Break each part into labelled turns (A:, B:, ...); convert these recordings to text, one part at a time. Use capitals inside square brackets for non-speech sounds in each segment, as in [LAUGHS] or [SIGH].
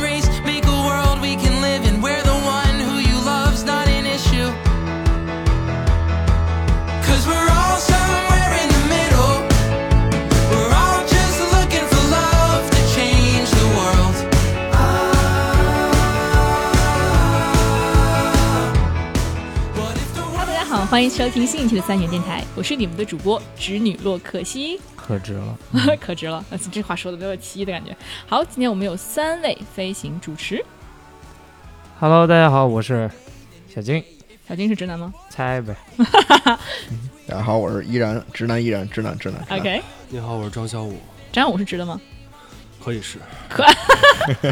A: race. Make a world we can live in where the one who you love's not an issue. Cause we're all somewhere in the middle. We're all just looking for love to change the world. Ah, What if the
B: Hello，大家好，欢迎收听新一期的三元电台，我是你们的主播直女洛可西，
C: 可值了。
B: [LAUGHS] 可值了，呃 [LAUGHS] 这话说的都有点奇异的感觉。好，今天我们有三位飞行主持，
C: Hello，大家好，我是小金，
B: 小金是直男吗
C: 猜呗。
D: 大家好，我是依然直男，依然直男，直男。直男
B: ？OK，
E: 你好，我是张小武，
B: 张武是直的吗
E: 可以是，
B: 可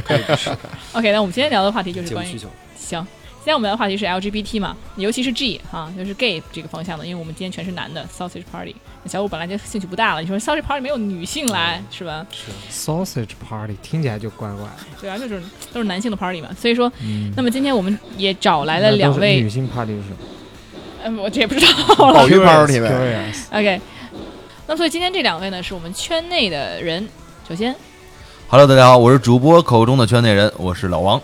E: 可以是，
B: ？OK，那我们今天聊的话题就是
E: 节目
B: 关于
E: 需求。
B: 行，今天我们聊的话题是 LGBT 嘛，尤其是 G 啊，就是 gay 这个方向的，因为我们今天全是男的 sausage party。小五本来就兴趣不大了，你说 sausage party 没有女性来是吧？
E: 是
C: Sausage Party 听起来就怪怪的。
B: 对啊，就是都是男性的 party 嘛，所以说，
C: 嗯
B: 那么今天我们也找来
C: 来
B: 了两位
C: 女，性 Party 是什么
B: 嗯，我这也不知道了。
D: 鲍鱼 Party 呗。
C: Curious，curious
B: OK，那么所以今天这两位呢，是我们圈内的人。首先，
F: Hello，大家好，我是主播口中的圈内人，我是老王。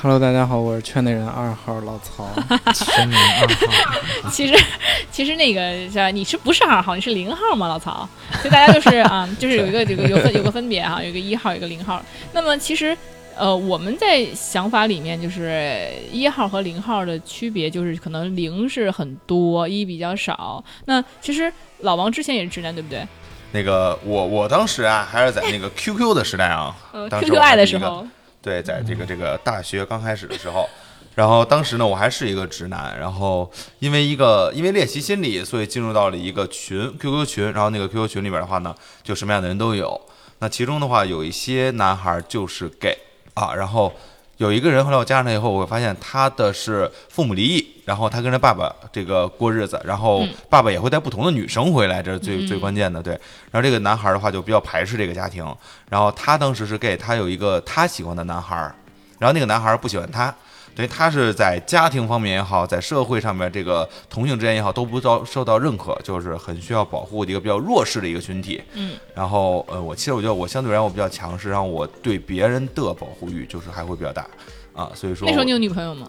G: Hello，大家好，我是圈内人二号老曹。
C: 神明
G: [LAUGHS]
C: 二号，
B: 其实 [LAUGHS] 其实那个是吧你是不是二号？你是零号吗？老曹，所以大家就是啊，就是有一个有个有分有个分别哈、有一个一号，有一个零号。那么其实呃，我们在想法里面就是一号和零号的区别，就是可能零是很多，一比较少。那其实老王之前也是直男，对不对？
F: 那个我我当时啊，还是在那个 QQ 的时代啊，
B: 呃
F: 当时
B: ，QQ
F: 我还
B: 爱的
F: 是
B: 时
F: 一个
B: 候，
F: 对，在这个这个大学刚开始的时候，然后当时呢，我还是一个直男，然后因为一个因为练习心理，所以进入到了一个群 QQ 群，然后那个 QQ 群里边的话呢，就什么样的人都有。那其中的话，有一些男孩就是 gay 啊，然后有一个人后来我加上他以后，我发现他的是父母离异，然后他跟着爸爸这个过日子，然后
B: 嗯
F: 爸爸也会带不同的女生回来，这是最最
B: 嗯
F: 关键的对。然后这个男孩的话就比较排斥这个家庭，然后他当时是 gay，他有一个他喜欢的男孩儿，然后那个男孩儿不喜欢他，等于他是在家庭方面也好，在社会上面这个同性之间也好，都不到受到认可，就是很需要保护的一个比较弱势的一个群体。
B: 嗯，
F: 然后呃，我其实我觉得我相对而言我比较强势，然后我对别人的保护欲就是还会比较大啊，所以说
B: 那时候你有女朋友吗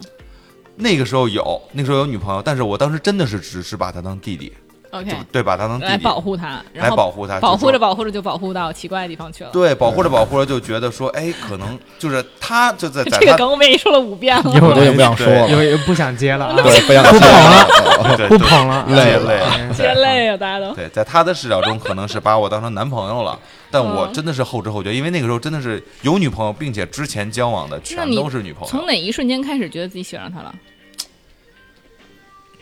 F: 那个时候有那个时候有女朋友，但是我当时真的是只是把他当弟弟，
B: ？OK，
F: 就对把他当弟
B: 来
F: 弟
B: 保护他，
F: 来
B: 然后
F: 保护他，
B: 保
F: 啊就
B: 护着
F: 说
B: 保护着就保护到奇怪的地方去了。 [LAUGHS]
F: 对，保护着保护着就觉得说，哎，可能就是他就在在
B: 这个
F: 他
B: 梗我们也说了五遍了。
C: 以后
D: 我也不想说了，
C: 有有不想接了啊，
D: 对，不想不
B: 嗯
D: 了。
F: 对
C: 不
F: 对
C: 捧了，
F: 累了累
C: 啊
F: 了
B: 接累了，大家都。
F: 对，在他的视角中可能是把我当成男朋友了，但我
B: 嗯
F: 真的是后知后觉，因为那个时候真的是有女朋友，并且之前交往的全
B: 你
F: 都是女朋
B: 从
F: 友，
B: 哪一瞬间开始觉得自己喜欢上他了？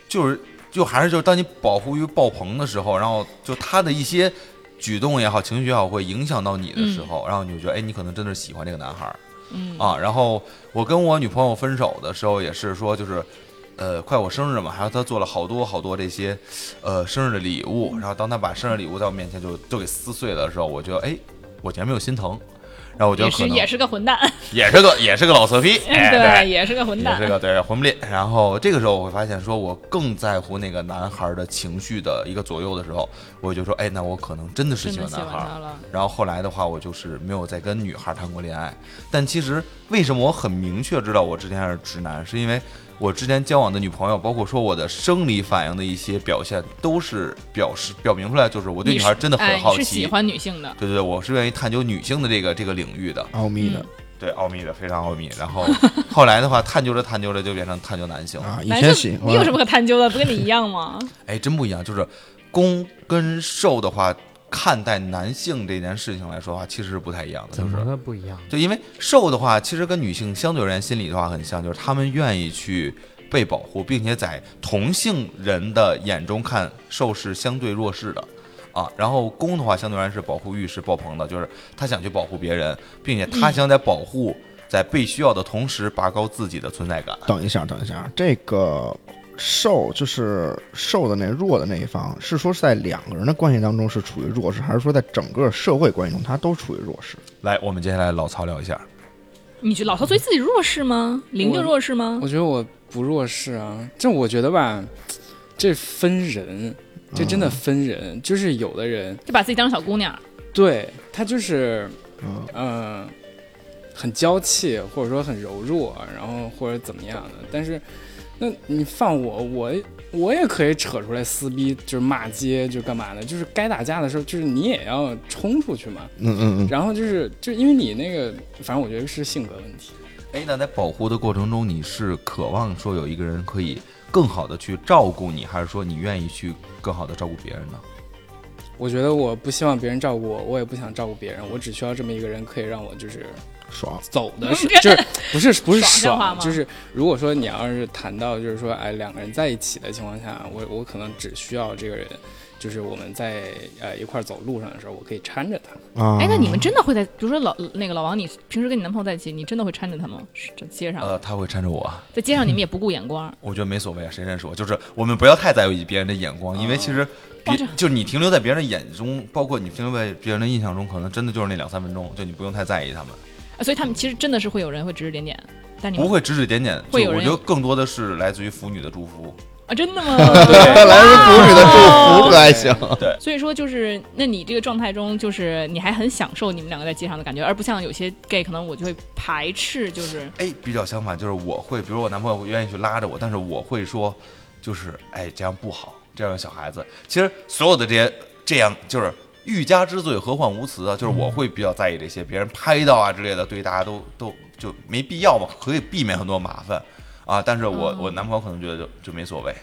F: 就是就还是就是当你保护欲爆棚的时候，然后就他的一些举动也好，情绪也好，会影响到你的时候，然后你就觉得，哎，你可能真的是喜欢这个男孩儿
B: 嗯，
F: 啊。然后我跟我女朋友分手的时候，也是说就是。呃，快我生日嘛，然后他做了好多好多这些，呃，生日的礼物。然后当他把生日礼物在我面前就就给撕碎的时候，我觉得，哎，我竟然没有心疼。然后我觉
B: 也
F: 得可
B: 是
F: 能
B: 也是个混蛋，
F: 也是个也是个老色批，
B: [LAUGHS]
F: 哎，
B: 对，也是个混
F: 也
B: 蛋
F: 是。个对混不吝。然后这个时候我会发现，说我更在乎那个男孩的情绪的一个左右的时候，我就说，哎，那我可能真的是
B: 真的喜
F: 喜欢男
B: 欢
F: 孩
B: 他
F: 儿。
B: 了，
F: 然后后来的话，我就是没有再跟女孩谈过恋爱。但其实为什么我很明确知道我之前是直男，是因为我之前交往的女朋友，包括说我的生理反应的一些表现，都是表示表明出来，就是我对
B: 你
F: 女
B: 是
F: 孩真的
B: 哎
F: 很好
B: 你是喜
F: 奇。
B: 欢女性的。
F: 对对对，我是愿意探究女性的这个这个领域的。
D: 奥秘的
F: 对，奥秘的，非常奥秘。然后后来的话，探究着探究着就变成探究男性了。
D: 啊，以
B: 男
D: 前喜
B: 生，你有什么
D: 欢
B: 可探究的？不跟你一样吗？
F: 哎，真不一样，就是攻跟受的话，看待男性这件事情来说的话，其实是不太一样的。
C: 怎
F: 就是
C: 么个不一样？
F: 就因为受的话，其实跟女性相对而言心理的话很像，就是他们愿意去被保护，并且在同性人的眼中看受是相对弱势的。啊，然后攻的话，相对而言是保护欲是爆棚的，就是他想去保护别人，并且他想在保护、在被需要的同时，拔高自己的存在感。
D: 等一下，等一下，这个受就是受的那弱的那一方，是说是在两个人的关系当中是处于弱势，还是说在整个社会关系中他都处于弱势？
F: 来，我们接下来老曹聊一下，
B: 你觉得老曹对自己弱势吗？零就弱势吗？
G: 我觉得我不弱势啊，这我觉得吧，这分人，这
D: 嗯
G: 真的分人，就是有的人
B: 就把自己当小姑娘，
G: 对他就是
D: 嗯，
G: 嗯、呃很娇气，或者说很柔弱，然后或者怎么样的，但是那你放我，我我也可以扯出来撕逼，就是骂街，就干嘛的，就是该打架的时候，就是你也要冲出去嘛。
D: 嗯嗯嗯，
G: 然后就是就因为你那个，反正我觉得是性格问题。
F: 哎，那在保护的过程中，你是渴望说有一个人可以更好的去照顾你，还是说你愿意去更好的照顾别人呢？
G: 我觉得我不希望别人照顾我，我也不想照顾别人，我只需要这么一个人可以让我就是
D: 嗯爽，
G: 走的是 [LAUGHS] 就是不是不是
B: 爽这话
G: 爽，
B: 吗
G: 就是如果说你要是谈到就是说哎两个人在一起的情况下，我我可能只需要这个人，就是我们在呃一块儿走路上的时候，我可以搀着他。
D: 啊，
B: 哎，那你们真的会在，比如说老那个老王，你平时跟你男朋友在一起，你真的会搀着他吗？是这街上，
F: 呃，他会搀着我，
B: 在街上你们也不顾眼光，
F: 我觉得没所谓啊，谁认识我？就是我们不要太在意别人的眼光，因为其实别
B: 哇这
F: 就是你停留在别人的眼中，包括你停留在别人的印象中，可能真的就是那两三分钟，就你不用太在意他们，
B: 啊所以他们其实真的是会有人会指指点点，但你们
F: 不会指指点点。就
B: 会有
F: 我
B: 人
F: 觉得更多的是来自于腐女的祝福。
B: 啊，真的 [LAUGHS] 吗？
D: 来自腐女的祝福，
B: 哦
D: 这还行。
B: 所以说就是，那你这个状态中，就是你还很享受你们两个在街上的感觉，而不像有些 gay 可能我就会排斥，就是
F: 哎，比较相反，就是我会，比如我男朋友会愿意去拉着我，但是我会说，就是哎，这样不好，这样有小孩子。其实所有的这些这样就是欲加之罪，何患无辞啊！就是我会比较在意这些，别人拍到啊之类的，对大家都都就没必要嘛，可以避免很多麻烦啊。但是我、
B: 哦
F: 我男朋友可能觉得就就没所谓，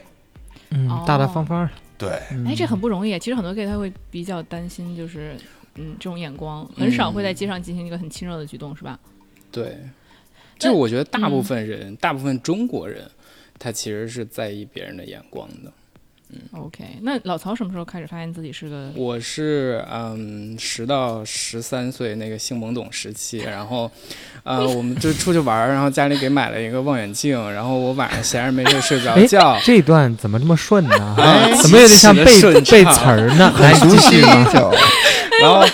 C: 嗯
B: 哦，
C: 大大方方。
F: 对，
B: 哎，这很不容易。其实很多 gay 他会比较担心，就是嗯这种眼光，很少会在街上进行一个很亲热的举动，是吧？
G: 对，就我觉得大部分人，大部分中国人，他其实是在意别人的眼光的。
B: OK，那老曹什么时候开始发现自己是个
G: 我是嗯十到十三岁那个性懵懂时期，然后，呃，我们就出去玩儿，然后家里给买了一个望远镜，然后我晚上闲着没事睡不着
C: 哎
G: 觉，
C: 这段怎么这么顺呢？
G: 哎
C: 怎么也得像背
G: 起得顺
C: 背
G: 畅
C: 词儿
G: [LAUGHS]
C: 呢？哎来，
D: 熟
C: 继
D: 悉
C: 续吧。
D: 就
G: 然后，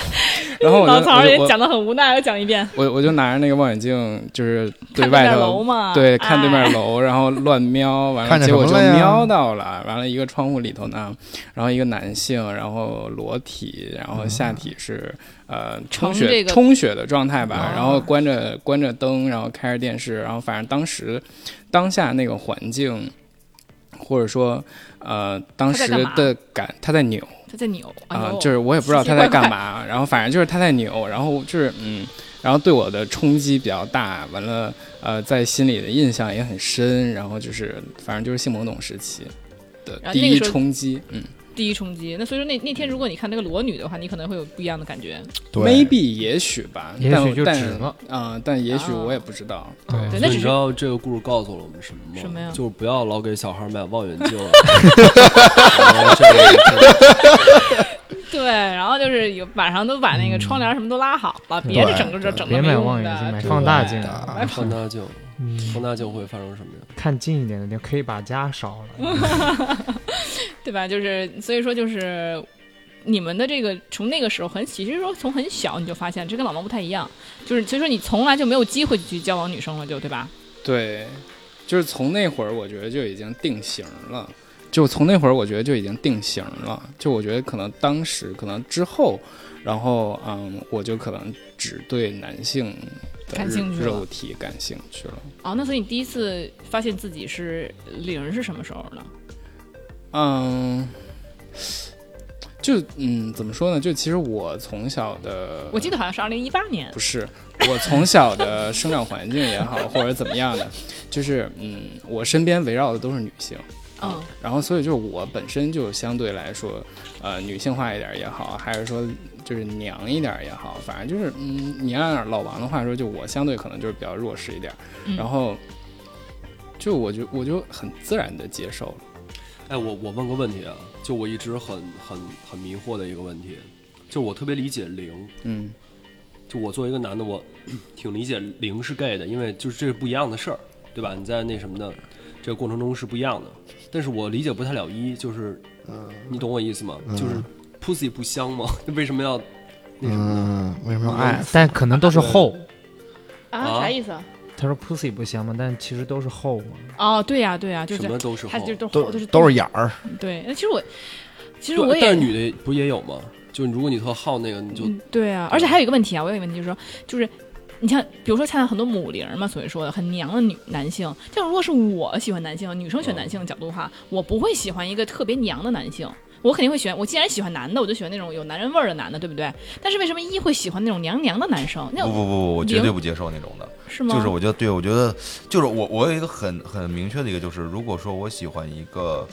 G: 然后我就
B: 哎老曹
G: 我就
B: 也
G: 我
B: 讲的很无奈，又讲一遍，
G: 我我就拿着那个望远镜，就是对
B: 看对
G: 外
B: 面
G: 头
B: 楼嘛，
G: 对，看对面
B: 哎。
G: 楼，然后乱瞄，完
D: 看
G: 了
D: 见
G: 结果
D: 什
G: 就
D: 么了呀
G: 瞄到了，完了一个窗户里头呢，然后一个男性，然后裸体，然后
D: 嗯
G: 下体是、呃充
B: 呈
G: 血、
B: 这个
G: 充血的状态吧，
B: 啊
G: 然后关着关着灯，然后开着电视，然后反正当时当下那个环境，或者说呃当
B: 他在
G: 时
B: 干嘛
G: 的感他在扭。
B: 他在扭
G: 啊、
B: 哎呦
G: 就是我也不知道
B: 奇
G: 他
B: 奇
G: 在
B: 怪
G: 干
B: 怪
G: 嘛，然后反正就是他在扭，然后就是嗯，然后对我的冲击比较大，完了呃，在心里的印象也很深，然后就是反正就是性懵懂时期的
B: 然后
G: 第
B: 那个
G: 一
B: 时候
G: 冲击，嗯
B: 第一冲击。那所以说那那天如果你看那个裸女的话，你可能会有不一样的感觉。
D: [LAUGHS] 对
G: ，maybe 也许吧，
C: 也
G: 但
C: 许就
G: 但
C: 止了
G: 啊、但也许
B: 啊
G: 我也不知道，
C: 嗯
B: 对，
E: 所
B: 那
E: 以
B: 只
E: 你知
B: 是
E: 道这个故事告诉了我们什么吗？
B: 什么呀
E: 就是不要老给小孩买望远
B: [LAUGHS]
E: 镜啊。然后这个
B: 对，然后就是有晚上都把那个窗帘什么都拉好了，别
D: 对
B: 的整个这整
C: 别
B: 个没
C: 买
B: 用
C: 望远镜，
B: [LAUGHS] 的
C: 买
E: 对
C: 放大镜。
E: 这个放大镜，
C: 嗯，
E: 放大镜会发生什么呀？
C: 看近一点的地方可以把家烧
G: 嗯
C: 了。
B: [LAUGHS] 对吧？就是所以说就是你们的这个从那个时候很其实说从很小你就发现这跟老王不太一样，就是所以说你从来就没有机会去交往女生了，就对吧？
G: 对，就是从那会儿我觉得就已经定型了。就从那会儿，我觉得就已经定型了。就我觉得可能当时，可能之后，然后嗯，我就可能只对男性的
B: 感兴趣了
G: 肉体感兴趣了。
B: 哦，那所以你第一次发现自己是零是什么时候呢？
G: 嗯，就嗯，怎么说呢？就其实我从小的，
B: 我记得好像是二零一八年
G: 不是我从小的生长环境也好，或者怎么样的，就是嗯，我身边围绕的都是女性。
B: 嗯，
G: 然后所以就是我本身就相对来说，呃，女性化一点儿也好，还是说就是娘一点儿也好，反正就是嗯，你按老王的话说，就我相对可能就是比较弱势一点儿，
B: 嗯
G: 然后就我就我就很自然的接受了。
E: 哎，我我问个问题啊，就我一直很很很迷惑的一个问题，就我特别理解零，
G: 嗯，
E: 就我作为一个男的，我 [COUGHS] 挺理解零是 gay 的，因为就是这是不一样的事儿，对吧？你在那什么的这个过程中是不一样的。但是我理解不太了一，就是
D: 嗯
E: 你懂我意思吗？
D: 嗯
E: 就是 pussy 不香吗？ [LAUGHS] 那为什么要那什么呢？
D: 嗯，为什么要
G: 哎
D: 爱？
C: 但可能都是后。
E: 啊
B: 啥意思啊？
C: 他说 pussy 不香吗？但其实都是后嘛。
B: 哦，对呀、对呀、就
E: 什
B: 是
E: 么都是
B: 他
E: 后，
B: 哦就都
D: 都
B: 都是
D: 都是眼儿，
B: 对。那其实我，其实我也
E: 对但是女的不也有吗？就如果你特好那个，你就
B: 嗯，对啊，而且还有一个问题啊，我有一个问题就是说，就是你像比如说现在很多母零儿嘛，所以说的很娘的女男性，但如果是我喜欢男性，女生选男性的角度的话，我不会喜欢一个特别娘的男性。我肯定会选，我既然喜欢男的，我就喜欢那种有男人味儿的男的，对不对？但是为什么一会喜欢那种娘娘的男生？那
F: 不不不不，我绝
B: 零
F: 对不接受那种的。
B: 是吗？
F: 就是我觉得，对我觉得就是我我有一个很很明确的一个，就是如果说我喜欢一个。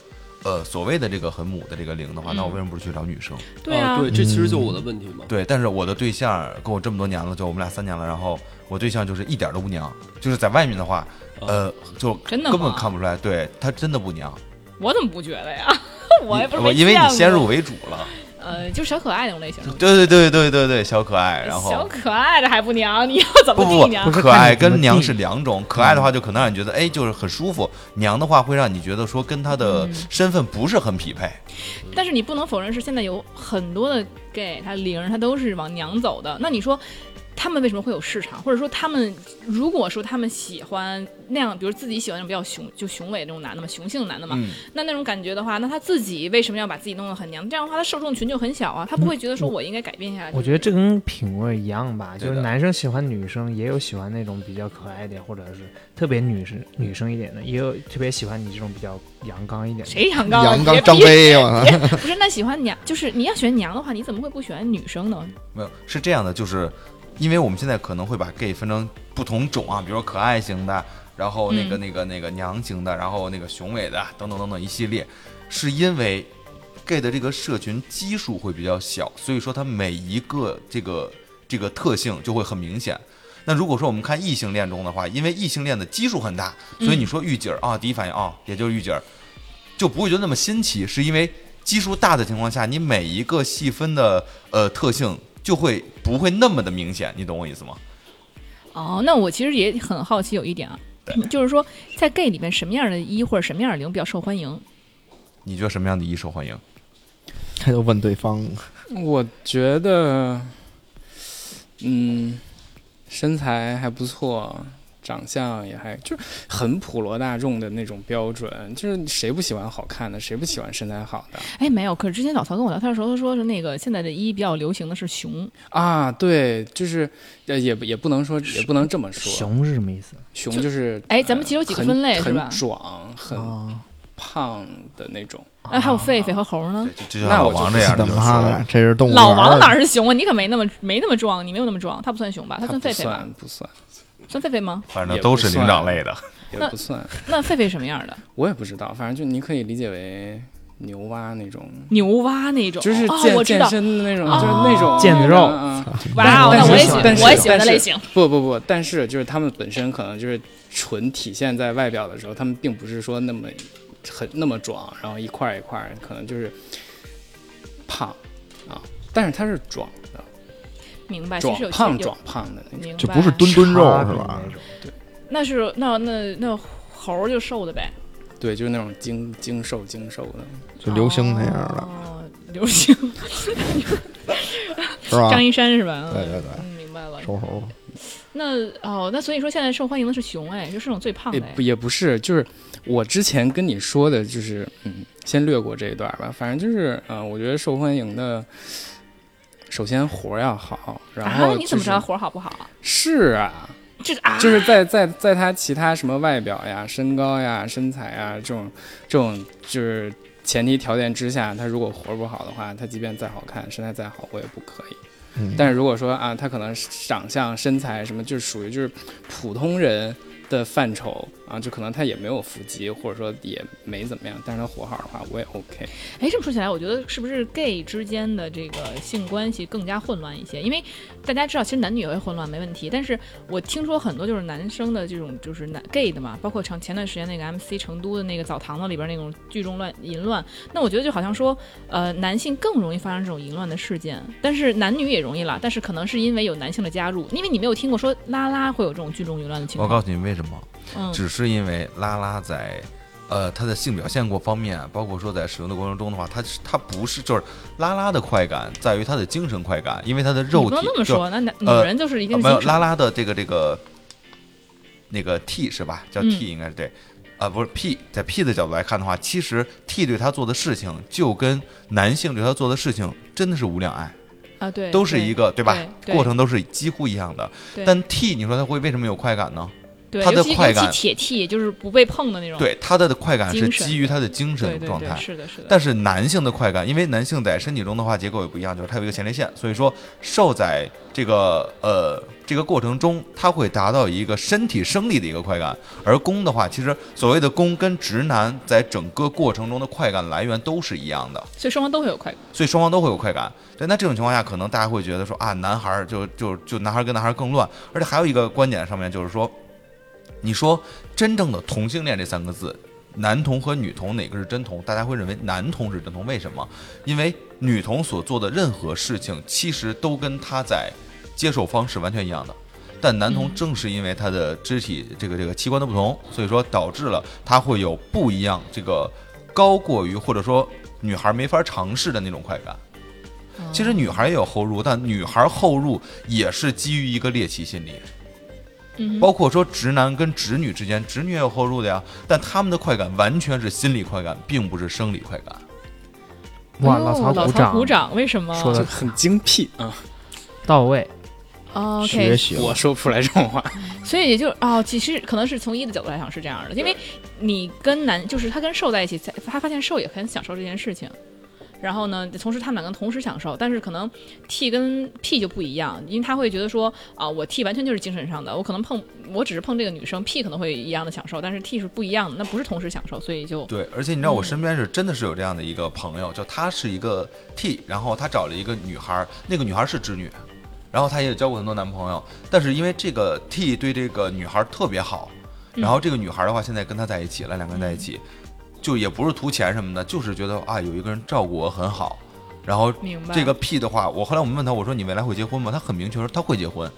F: 呃，所谓的这个很母的这个零的话，
B: 嗯
F: 那我为什么不去找女生？
B: 对
F: 哦
B: 啊，
E: 对，这其实就是我的问题嘛。
F: 对，但是我的对象跟我这么多年了，就我们俩三年了，然后我对象就是一点都不娘，就是在外面的话，呃，就
B: 哦真的
F: 根本
B: 吗
F: 看不出来，对他真的不娘。
B: 我怎么不觉得呀？ [LAUGHS] 我也不是
F: 我
B: 没
F: 因为
B: 见
F: 你
B: 过
F: 先入为主了， [LAUGHS]
B: 呃，就是小可爱那种类型的。
F: 对对对对对对，小可爱，然后
B: 小可爱的还不娘，你要怎
F: 不
B: 么
F: 不
B: 定娘？
F: 不，
C: 是
F: 可
C: 看你
F: 爱
C: 怎么
F: 跟娘
C: 定
F: 是两种。可爱的话就可能让你觉得，哎，就是很舒服；娘的话会让你觉得说跟她的
B: 嗯
F: 身份不是很匹配。
B: 但是你不能否认是现在有很多的 gay，他零儿他都是往娘走的。那你说他们为什么会有市场？或者说他们如果说他们喜欢那样，比如自己喜欢那种比较雄就雄伟那种男的嘛，雄性男的嘛，
F: 嗯，
B: 那那种感觉的话，那他自己为什么要把自己弄得很娘？这样的话，他受众群就很小啊，他不会觉得说我应该改变一下。
C: 我觉得这跟品味一样吧，
F: 对
C: 就
F: 的
C: 是男生喜欢女生，也有喜欢那种比较可爱一点，或者是特别女生女生一点的，也有特别喜欢你这种比较阳刚一点的。
B: 谁阳刚啊？
D: 阳刚
B: 别
D: 张
B: 逼
D: 飞，我操！
B: 不是，那喜欢娘就是你要选娘的话，你怎么会不喜欢女生呢？
F: 没有是这样的，就是因为我们现在可能会把 gay 分成不同种啊，比如说可爱型的，然后那个、那个那个娘型的，然后那个雄伟的等等等等一系列，是因为 gay 的这个社群基数会比较小，所以说它每一个这个这个特性就会很明显。那如果说我们看异性恋中的话，因为异性恋的基数很大，所以你说御姐儿啊，第一反应啊，也就是御姐儿，就不会觉得那么新奇，是因为基数大的情况下，你每一个细分的呃特性就会不会那么的明显，你懂我意思吗？
B: 哦，那我其实也很好奇有一点啊，就是说在 gay 里面什么样的一或者什么样的零比较受欢迎？
F: 你觉得什么样的一受欢迎？
D: 他就问对方，
G: 我觉得，嗯，身材还不错，长相也还就是很普罗大众的那种标准，就是谁不喜欢好看的，谁不喜欢身材好的
B: 哎，没有，可是之前老曹跟我聊天的时候，他说是那个现在的一比较流行的是熊，
G: 啊？对，就是呃，也不也不能说，也不能这么说，
C: 熊是什么意思？
G: 熊
B: 就
G: 就是
B: 哎咱们其实有几个分类
G: 很
B: 是吧
G: 很壮，很
C: 啊，
G: 胖的那种。
B: 哎，还有狒狒和猴呢
F: 对。，就就像
G: 那
F: 老
G: 我就
F: 王
G: 是
F: [LAUGHS] 这
D: 他
F: 样的就
D: 妈
F: 是
D: 的，这是动物园
B: 老
D: 儿
B: 王哪儿是熊啊？你可没那么没那么壮，你没有那么壮，他不算熊吧？
G: 它
B: 算狒
G: 不
B: 狒吧
G: 算？不算，
B: 算狒狒吗？
F: 反
G: 也
F: 正
G: 不
F: 都是灵
G: 算
F: 长类
G: [LAUGHS]
F: 的。
G: 也
B: 那
G: 不算，
B: 那狒狒什么样的？
G: 我也不知道，反正就你可以理解为牛蛙那种，
B: 牛蛙那种，
G: 就是
B: 哦，我
G: 健
B: 知道，
G: 健
B: 哦
G: 身的那种，就是那种
C: 健
G: 嗯
C: 肉
G: 嗯嗯
B: 哇哦，
G: 但
B: 那
G: 是
B: 我也
G: 但
B: 喜
G: 是
B: 欢
G: 但，是
B: 我也喜欢
G: 但
B: 的
G: 是
B: 类型。
G: 不不不，但是就是他们本身可能就是纯体现在外表的时候，他们并不是说那么很那么壮，然后一块儿一块儿，可能就是胖啊，但是它是壮的，
B: 明白，其
G: 壮
B: 实有
G: 胖
B: 有
G: 壮胖的那种。
B: 明白
D: 就不是蹲蹲肉
C: 叉
D: 是
C: 比
D: 吧
C: 那？种
B: 那是那那那猴儿就瘦的呗，
G: 对，就是那种精精瘦精瘦的，
D: 就流星那样的，
B: 哦，流
G: [LAUGHS]
B: 星，
D: 是
G: 啊
D: 吧？
B: 张一山是吧？
D: 对对对
B: 嗯，明白了。
D: 收猴，
B: 那哦，那所以说现在受欢迎的是熊，哎，就是那种最胖
G: 也
B: 的，哎
G: 不，也不是，就是我之前跟你说的，就是嗯，先略过这一段吧，反正就是嗯、呃我觉得受欢迎的。首先活儿要好，然后、就
B: 啊，你怎么知道
G: 是
B: 活儿好不好啊？
G: 是啊，
B: 这啊，
G: 就是在在在他其他什么外表呀、身高呀、身材呀这种这种就是前提条件之下，他如果活不好的话，他即便再好看，身材再好，我也不可以。
D: 嗯
G: 但是如果说啊，他可能长相、身材什么，就是属于就是普通人的范畴啊，就可能他也没有腹肌，或者说也没怎么样，但是他活好的话，我也 OK。
B: 哎，这么说起来，我觉得是不是 gay 之间的这个性关系更加混乱一些？因为大家知道，其实男女也会混乱，没问题。但是我听说很多就是男生的这种就是男 gay 的嘛，包括前前段时间那个 MC 成都的那个澡堂子里边那种聚众乱淫乱，那我觉得就好像说，呃，男性更容易发生这种淫乱的事件，但是男女也容易啦，但是可能是因为有男性的加入，因为你没有听过说拉拉会有这种聚众淫乱的情
F: 我
B: 况。
F: 告诉你为什么，
B: 嗯，
F: 只是因为拉拉在呃，它的性表现过方面，包括说在使用的过程中的话，它是它不是就是拉拉的快感，在于它的精神快感，因为它的
B: 你
F: 肉
B: 不
F: 体
B: 能那么
F: 就
B: 说，那男女
F: 呃
B: 人就是一定
F: 啊
B: 是
F: 没有
B: 精神
F: 拉拉的这个这个那个 T 是吧？叫
B: 嗯
F: T 应该是对，啊不是 P，在 P 的角度来看的话，其实 T 对他做的事情，就跟男性对他做的事情真的是无两碍，
B: 啊，对，
F: 都是一个对吧？
B: 对
F: 过程都是几乎一样的
B: 对。
F: 但 T 你说他会为什么有快感呢？
B: 对，
F: 他
B: 尤
F: 的
B: 其
F: 快
B: 尤其
F: 感
B: 铁 T 就是不被碰的那种，
F: 对，他的快感是
B: 精神
F: 基于他的精
B: 对
F: 神
B: 对
F: 状
B: 对，
F: 态。
B: 是的，是的。
F: 但是男性的快感，因为男性在身体中的话结构也不一样，就是它有一个前列腺，所以说受在这个呃这个过程中，它会达到一个身体生理的一个快感。而攻的话，其实所谓的攻跟直男在整个过程中的快感来源都是一样的，
B: 所以双方都会有快感，
F: 所以双方都会有快感。对，那这种情况下，可能大家会觉得说啊，男孩儿就就就男孩儿跟男孩儿更乱，而且还有一个观点上面就是说，你说真正的同性恋这三个字，男同和女同哪个是真同？大家会认为男同是真同，为什么？因为女同所做的任何事情，其实都跟她在接受方式完全一样的。但男同
B: 嗯
F: 正是因为他的肢体这个这个器官的不同，所以说导致了他会有不一样，这个高过于或者说女孩没法尝试的那种快感。其实女孩也有后入，但女孩后入也是基于一个猎奇心理，
B: 嗯
F: 包
B: 哼，
F: 括说直男跟直女之间，直女也有后入的呀，但他们的快感完全是心理快感，并不是生理快感。
C: 哇，
B: 哦
C: 老
F: 哎
C: 曹
B: 老
C: 鼓
B: 曹
C: 掌，
B: 鼓掌，为什么？
C: 说
G: 就
C: 的
G: 很精辟啊，
C: 到位，
B: 哦
D: 学
B: ，OK，
D: 习
G: 我
D: 了，
G: 说不出来这种话。
B: 所以也就哦，其实可能是从一的角度来讲是这样的，因为你跟男就是他跟兽在一起，才他发现兽也很享受这件事情。然后呢，同时他们两个同时享受，但是可能 T 跟 P 就不一样，因为他会觉得说啊、我 T 完全就是精神上的，我可能碰我只是碰这个女生，P 可能会一样的享受，但是 T 是不一样的，那不是同时享受，所以就
F: 对，而且你知道我身边是真的是有这样的一个朋友，就他是一个 T，然后他找了一个女孩儿，那个女孩儿是直女，然后他也交过很多男朋友，但是因为这个 T 对这个女孩儿特别好，然后这个女孩儿的话现在跟他在一起了，两个人在一起，就也不是图钱什么的，就是觉得啊有一个人照顾我很好，然后
B: 明白
F: 这个 P 的话，我后来我们问他，我说你未来会结婚吗？他很明确说他会结婚，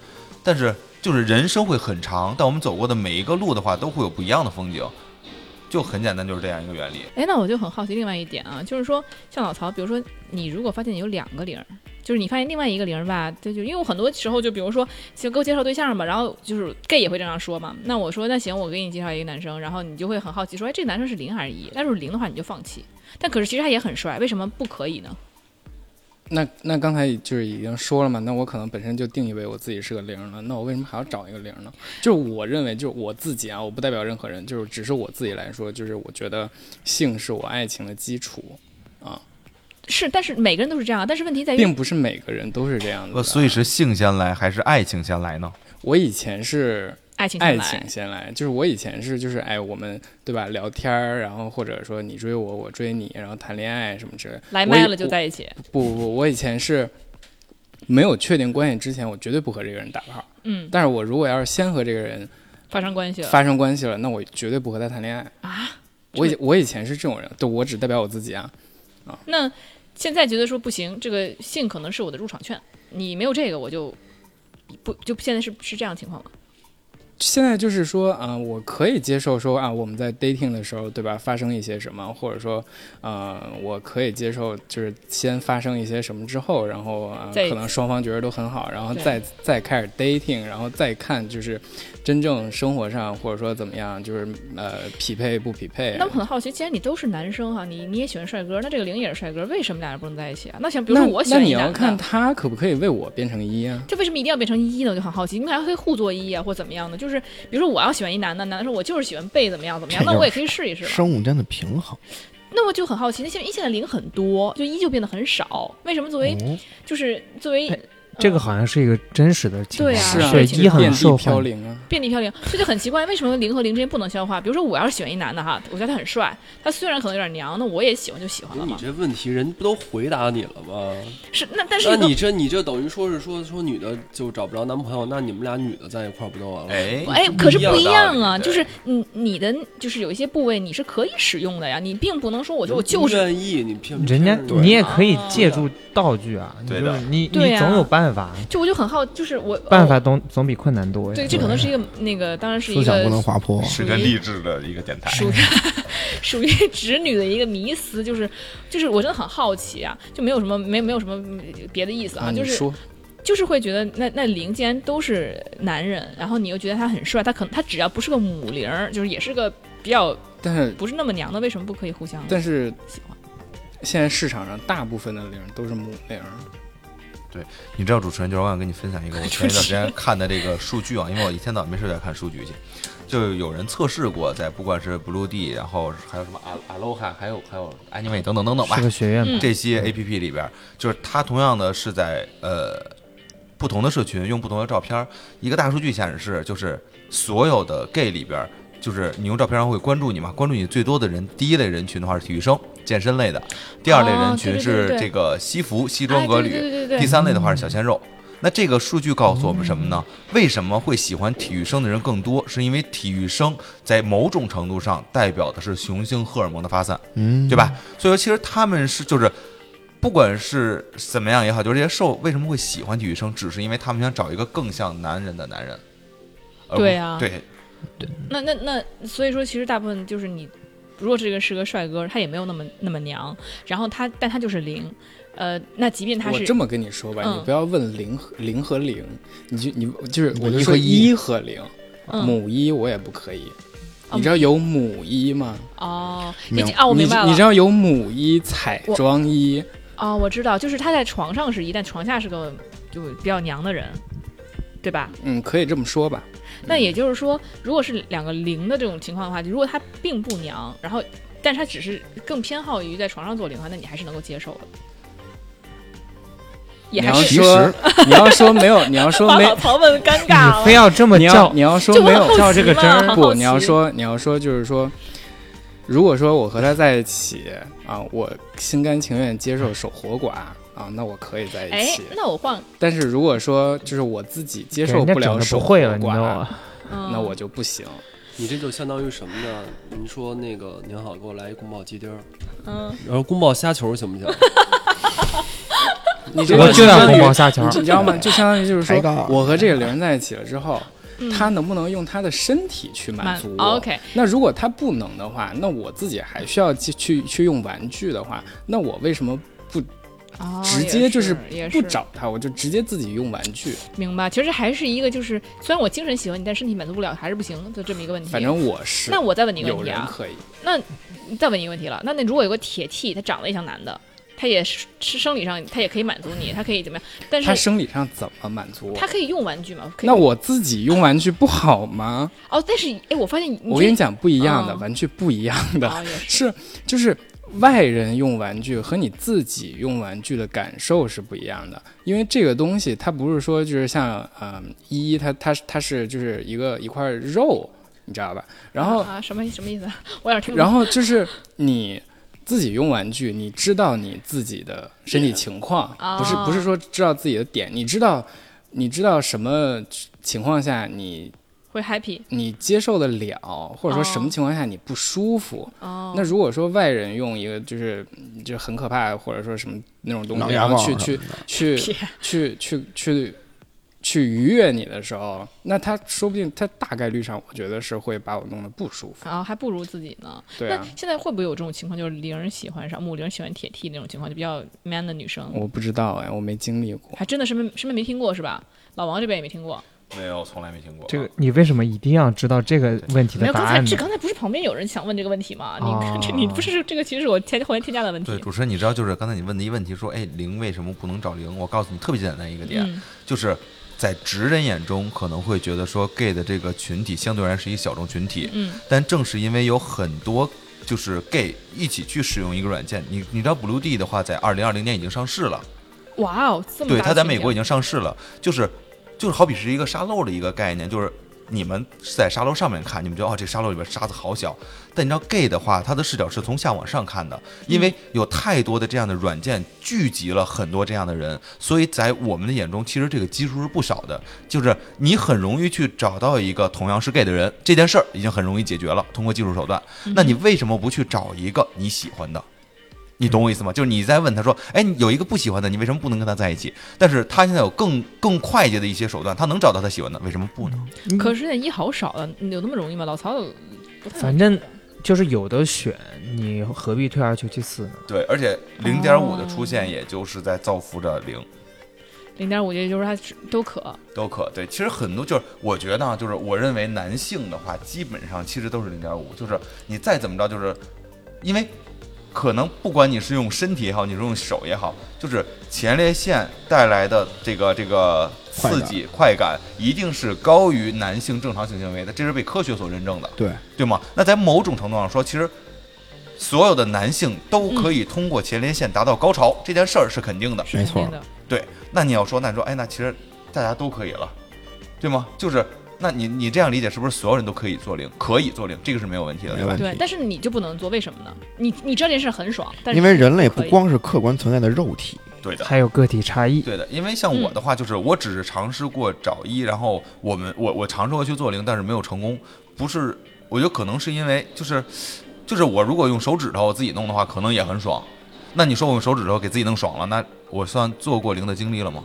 F: 但是就是人生会很长，但我们走过的每一个路的话，都会有不一样的风景，就很简单，就是这样一个原理。
B: 哎，那我就很好奇另外一点啊，就是说，像老曹，比如说你如果发现你有两个零儿，就是你发现另外一个零儿吧，这就因为我很多时候就比如说，行，给我介绍对象吧，然后就是 gay 也会这样说嘛。那我说那行，我给你介绍一个男生，然后你就会很好奇说，哎，这个男生是零还是一？那如果零的话，你就放弃。但可是其实他也很帅，为什么不可以呢？
G: 那那刚才就是已经说了嘛，那我可能本身就定义为我自己是个零了，那我为什么还要找一个零呢？就是我认为，就是我自己啊，我不代表任何人，就是只是我自己来说，就是我觉得性是我爱情的基础，
B: 是，但是每个人都是这样啊，但是问题在于
G: 并不是每个人都是这样子
F: 呃，
G: 的。
F: 所以是性先来还是爱情先来呢？
G: 我以前是
B: 爱情
G: 爱
B: 先
G: 情
B: 来，
G: 先来，就是我以前是就是哎，我们对吧，聊天儿，然后或者说你追我，我追你，然后谈恋爱什么之类的。
B: 来
G: 我以
B: 麦了就
G: 我
B: 在一起。
G: 不不不，我以前是没有确定关系之前，我绝对不和这个人打炮。
B: 嗯，
G: 但是我如果要是先和这个人
B: 发生关系了
G: 发生关系了，那我绝对不和他谈恋爱。
B: 啊？
G: 我以我以前是这种人，对我只代表我自己啊。
B: 那现在觉得说不行，这个性可能是我的入场券，你没有这个我就不就现在是是这样情况吗？
G: 现在就是说啊、我可以接受说啊，我们在 dating 的时候，对吧，发生一些什么，或者说，呃，我可以接受，就是先发生一些什么之后，然后啊、
B: 再
G: 可能双方觉得都很好，然后
B: 对
G: 再再开始 dating，然后再看就是真正生活上或者说怎么样，就是呃匹配不匹配。啊
B: 那我很好奇，既然你都是男生哈、你你也喜欢帅哥，那这个零也是帅哥，为什么俩人不能在一起啊？那想比如说
G: 那
B: 我喜
G: 那
B: 欢
G: 你
B: 一
G: 要
B: 男
G: 看
B: 的，
G: 他可不可以为我变成一啊？
B: 这为什么一定要变成一呢？我就很好奇，你们俩可以互作一啊，或怎么样的？就是比如说我要喜欢一男的，男的说我就是喜欢贝怎么样怎么
G: [LAUGHS]
B: 样，
D: 这
B: 那
D: 就
B: 我也可以试一试嘛。
D: 生物间的平衡。
B: 那我就很好奇，那现在一现在零很多，就一就变得很少，为什么作为、
G: 嗯
D: 哦
B: 就是作为、
C: 哎这个
B: 呃
C: 好像是一个真实的情况，
B: 对啊
G: 是
B: 啊
C: 对
B: 是
G: 就是
C: 一很
G: 遍地
C: 受
G: 飘
C: 欢迎，
G: 零啊。
B: 遍地飘零，这就很奇怪，为什么零和零之间不能消化？比如说，我要是喜欢一男的哈，我觉得他很帅，他虽然可能有点娘，那我也喜欢就喜欢了
E: 你
B: 嘛。
E: 这问题人不都回答你了吗？
B: 是那但是
E: 那
B: 有个
E: 你这你这等于说是说说女的就找不着男朋友，那你们俩女的在一块儿不就完了？
F: 哎
B: 哎，可是不一样
F: 道
B: 啊，
F: 理对
B: 就是你你的就是有一些部位你是可以使用的呀，你并不能说我
E: 人
B: 就我就
E: 不
B: 是
E: 愿意，你凭
C: 人家
E: 凭什么
C: 你也可以
B: 啊
C: 借助道具啊，你
F: 对
C: 就
F: 的
C: 是你
B: 对
C: 你
B: 啊
C: 总有办法，
B: 就我就很好，就是我
C: 办法
B: 哦
C: 总总比困难多呀。
B: 对，这可能是一个那个，当然是
D: 思
B: 一
D: 想不
B: 个
D: 能滑坡，
F: 是个励志的一个电台，
B: 属于 [LAUGHS] 属于直女的一个迷思，就是就是我真的很好奇啊，就没有什么没没有什么别的意思啊，
G: 啊，
B: 就
G: 你
B: 是
G: 说
B: 就是会觉得那那零既然都是男人，然后你又觉得他很帅，他可能他只要不是个母零儿，就是也是个比较
G: 但是
B: 不是那么娘的，为什么不可以互相
G: 但是
B: 喜欢？
G: 现在市场上大部分的零都是母零，
F: 你知道主持人就是我想跟你分享一个我前一段
B: [LAUGHS]
F: 时间看的这个数据啊，因为我一天到晚没事在看数据去，就有人测试过在不管是 Blue D，然后还有什么 Al- Aloha，还有还有 Anyway 等等等等吧
C: 是，个学院吧
B: 嗯
F: 这些 A P P 里边儿，就是它同样的是在呃不同的社群用不同的照片儿，一个大数据显示，就是所有的 gay 里边儿，就是你用照片上会关注你嘛，关注你最多的人，第一类人群的话是体育生、健身类的，第二类
B: 哦
F: 人
B: 对
F: 群
B: 对对
F: 是
B: 对
F: 这个西服、西装
B: 哎
F: 革
B: 对对
F: 履，
B: 对对嗯对
F: 第三类的话是小鲜肉。那这个数据告诉我们什么呢？为什么会喜欢体育生的人更多？是因为体育生在某种程度上代表的是雄性荷尔蒙的发散。
D: 嗯，
F: 对吧？所以说，其实他们是就是，不管是怎么样也好，就是这些兽为什么会喜欢体育生，只是因为他们想找一个更像男人的男人。而不
B: 对啊
F: 对，
B: 那那那，所以说其实大部分就是你，如果这个是个帅哥，他也没有那么那么娘，然后他但他就是零，呃，那即便他
G: 我
B: 是
G: 这么跟你说吧，
B: 嗯
G: 你不要问零和零和零，你就你就是
D: 我
G: 我就
D: 一
G: 说
D: 和一
G: 一和零，
B: 嗯
G: 母一我也不可以。
B: 哦
G: 你知道有母一吗？
B: 哦，
D: 没
B: 你这
D: 有
B: 啊，我
G: 你
B: 明
G: 知
B: 白
G: 你知
B: 了，
G: 道有母一、彩妆一，
B: 哦，我知道，就是他在床上是一，但床下是个就比较娘的人，对吧？
G: 嗯，可以这么说吧。
B: 那也就是说，如果是两个零的这种情况的话，如果他并不娘，然后但是他只是更偏好于在床上做零的话，那你还是能够接受的，也还
G: 你要
B: 是
D: 其
G: 说
D: 实
G: 你要说没有，你
B: [LAUGHS]
G: 要说
B: 把
G: 没
B: 老曹问尴尬
G: [LAUGHS]
B: 了。
C: 你非要这么
G: 你要
C: 叫，
G: 你要说
B: 就我
G: 没
B: 好
G: 有
B: 奇
G: 跳这个
B: 嘛
G: 针儿
B: 好好
G: 不？你要
B: 奇
G: 说你要说就是说，如果说我和他在一起啊，我心甘情愿接受守活寡啊，那我可以在一
B: 哎
G: 起。，
B: 那我换，
G: 但是如果说就是我自己接
C: 给
G: 受
C: 人家
G: 不
C: 整
G: 了啊
C: 的
G: 守
C: 不
G: 活
C: 会了，你知道
G: 寡，
C: 吗？
B: 嗯、
G: 那我就不行。
E: 你这就相当于什么呢？您说那个您好，给我来一宫保鸡丁儿，
B: 嗯，
E: 然后宫保虾球行 [LAUGHS] 不行？
G: 你这
C: 我
G: 个
C: 就
G: 相
C: 要
G: 当于
C: 红包下桥
G: 啊
B: 嗯
G: 你，知道吗？就相当于就是
D: 抬杠
G: 说，我和这个人在一起了之后，
B: 嗯哦
G: 他能不能用他的身体去满足我、
B: OK，
G: 那如果他不能的话，那我自己还需要去去去用玩具的话，那我为什么
B: 哦
G: 直接就是
B: 也是
G: 不找他？我就直接自己用玩具。
B: 明白？其实还是一个就是，虽然我精神喜欢你，但身体满足不了，还是不行，就这么一个问题。
G: 反正我是
B: 嗯那我再问你一个
G: 有
B: 问题
G: 人
B: 啊，
G: 可以，
B: 再问你一个问题了，那那如果有个铁 T，他长得也像男的，他也是是生理上他也可以满足你，他可以怎么样？但
G: 他
B: 是
G: 生理上怎么满足我
B: 他？可以用玩具吗？可以
G: 那我自己用玩具不好吗？
B: 哦，但是哎，我发现你
G: 我跟你讲，不一样的、
B: 嗯
G: 玩具不一样的。
B: 哦，也是
G: [LAUGHS] 是就是外人用玩具和你自己用玩具的感受是不一样的，因为这个东西它不是说就是像嗯、一它它它是就是一个一块肉，你知道吧？然后
B: 啊什么什么意思啊？我有点听不懂。
G: 然后就是你自己用玩具，你知道你自己的身体情况，
B: 哦
G: 不是不是说知道自己的点，你知道你知道什么情况下你
B: 会 happy
G: 你接受得了，或者说什么
B: 哦
G: 情况下你不舒服。
B: 哦，
G: 那如果说外人用一个就是就很可怕，或者说什么那种东
D: 狼
G: 西，
D: 牙
G: 然后
D: 棒
G: 去
D: 什
G: 去
D: 么的
G: 去
B: [LAUGHS] 屁
G: 去去去去愉悦你的时候，那他说不定他大概率上，我觉得是会把我弄得不舒服。
B: 然后哦还不如自己呢。
G: 对
B: 啊那
G: 啊，
B: 现在会不会有这种情况，就是零儿喜欢上母零儿喜欢铁 T 那种情况，就比较 man 的女生？
G: 我不知道哎，我没经历过。
B: 还真的身边身边没听过是吧？老王这边也没听过，
F: 没有从来没听过
C: 这个你为什么一定要知道这个问题
B: 没
C: 的
B: 有。
C: 答
B: 刚才
C: 案呢
B: 这？刚才不是旁边有人想问这个问题吗？
C: 哦
B: 你这你不是这个，其实是我添后面添加的问题
F: 对，。主持人，你知道就是刚才你问的一个问题，说哎零为什么不能找零？我告诉你，特别简单一个点，
B: 嗯
F: 就是在直人眼中可能会觉得说 gay 的这个群体相对而言是一小众群体，
B: 嗯，
F: 但正是因为有很多就是 gay 一起去使用一个软件，你你知道 Blue D 的话，在二零二零年已经上市了。
B: 哇哦，这么
F: 对，
B: 大
F: 它在
B: 群
F: 美
B: 体
F: 国已经上市了，就是就是好比是一个沙漏的一个概念，就是你们在沙漏上面看，你们觉得哦这沙漏里边沙子好小，但你知道 gay 的话，它的视角是从下往上看的，因
B: 嗯
F: 为有太多的这样的软件聚集了很多这样的人，所以在我们的眼中，其实这个基数是不少的，就是你很容易去找到一个同样是 gay 的人，这件事儿已经很容易解决了，通过技术手段，
B: 啊
F: 那
B: 嗯
F: 你为什么不去找一个你喜欢的？你懂我意思吗？就是你在问他说，哎，你有一个不喜欢的，你为什么不能跟他在一起？但是他现在有更更快捷的一些手段，他能找到他喜欢的，为什么不呢？
B: 可是那一好少啊，有那么容易吗？老曹有不太
C: 反正就是有的选，你何必退而求其次呢？
F: 对，而且零点五的出现，也就是在造福着零。
B: 零点五，也就是它是都可，
F: 都可对，其实很多就是我觉得啊，就是我认为男性的话，基本上其实都是零点五，就是你再怎么着，就是因为可能不管你是用身体也好，你是用手也好，就是前列腺带来的这个这个
D: 快感
F: 刺激快感，一定是高于男性正常性行为的，这是被科学所认证的，
D: 对，
F: 对吗？那在某种程度上说，其实。所有的男性都可以通过前列腺达到高潮，这件事儿是肯定的。
B: 是
D: 没
B: 肯
D: 错
B: 定的。
F: 对，那你要说，那你说，哎，那其实大家都可以了，对吗？就是，那你你这样理解，是不是所有人都可以做零？可以做零，这个是没有问题的，
D: 没
F: 对吧
D: 问？
B: 对，
D: 题。
B: 但是你就不能做，为什么呢？你你知道这件事很爽，但是
D: 因为人类
B: 可
D: 不
B: 以
D: 光是客观存在的肉体，
F: 对的。
C: 还有个体差异，
F: 对的，因为像我的话，就是我只是尝试过找一，然后我们我我尝试过去做零，但是没有成功。不是，我觉得可能是因为就是就是我如果用手指头自己弄的话，可能也很爽。那你说我用手指头给自己弄爽了，那我算做过零的经历了吗？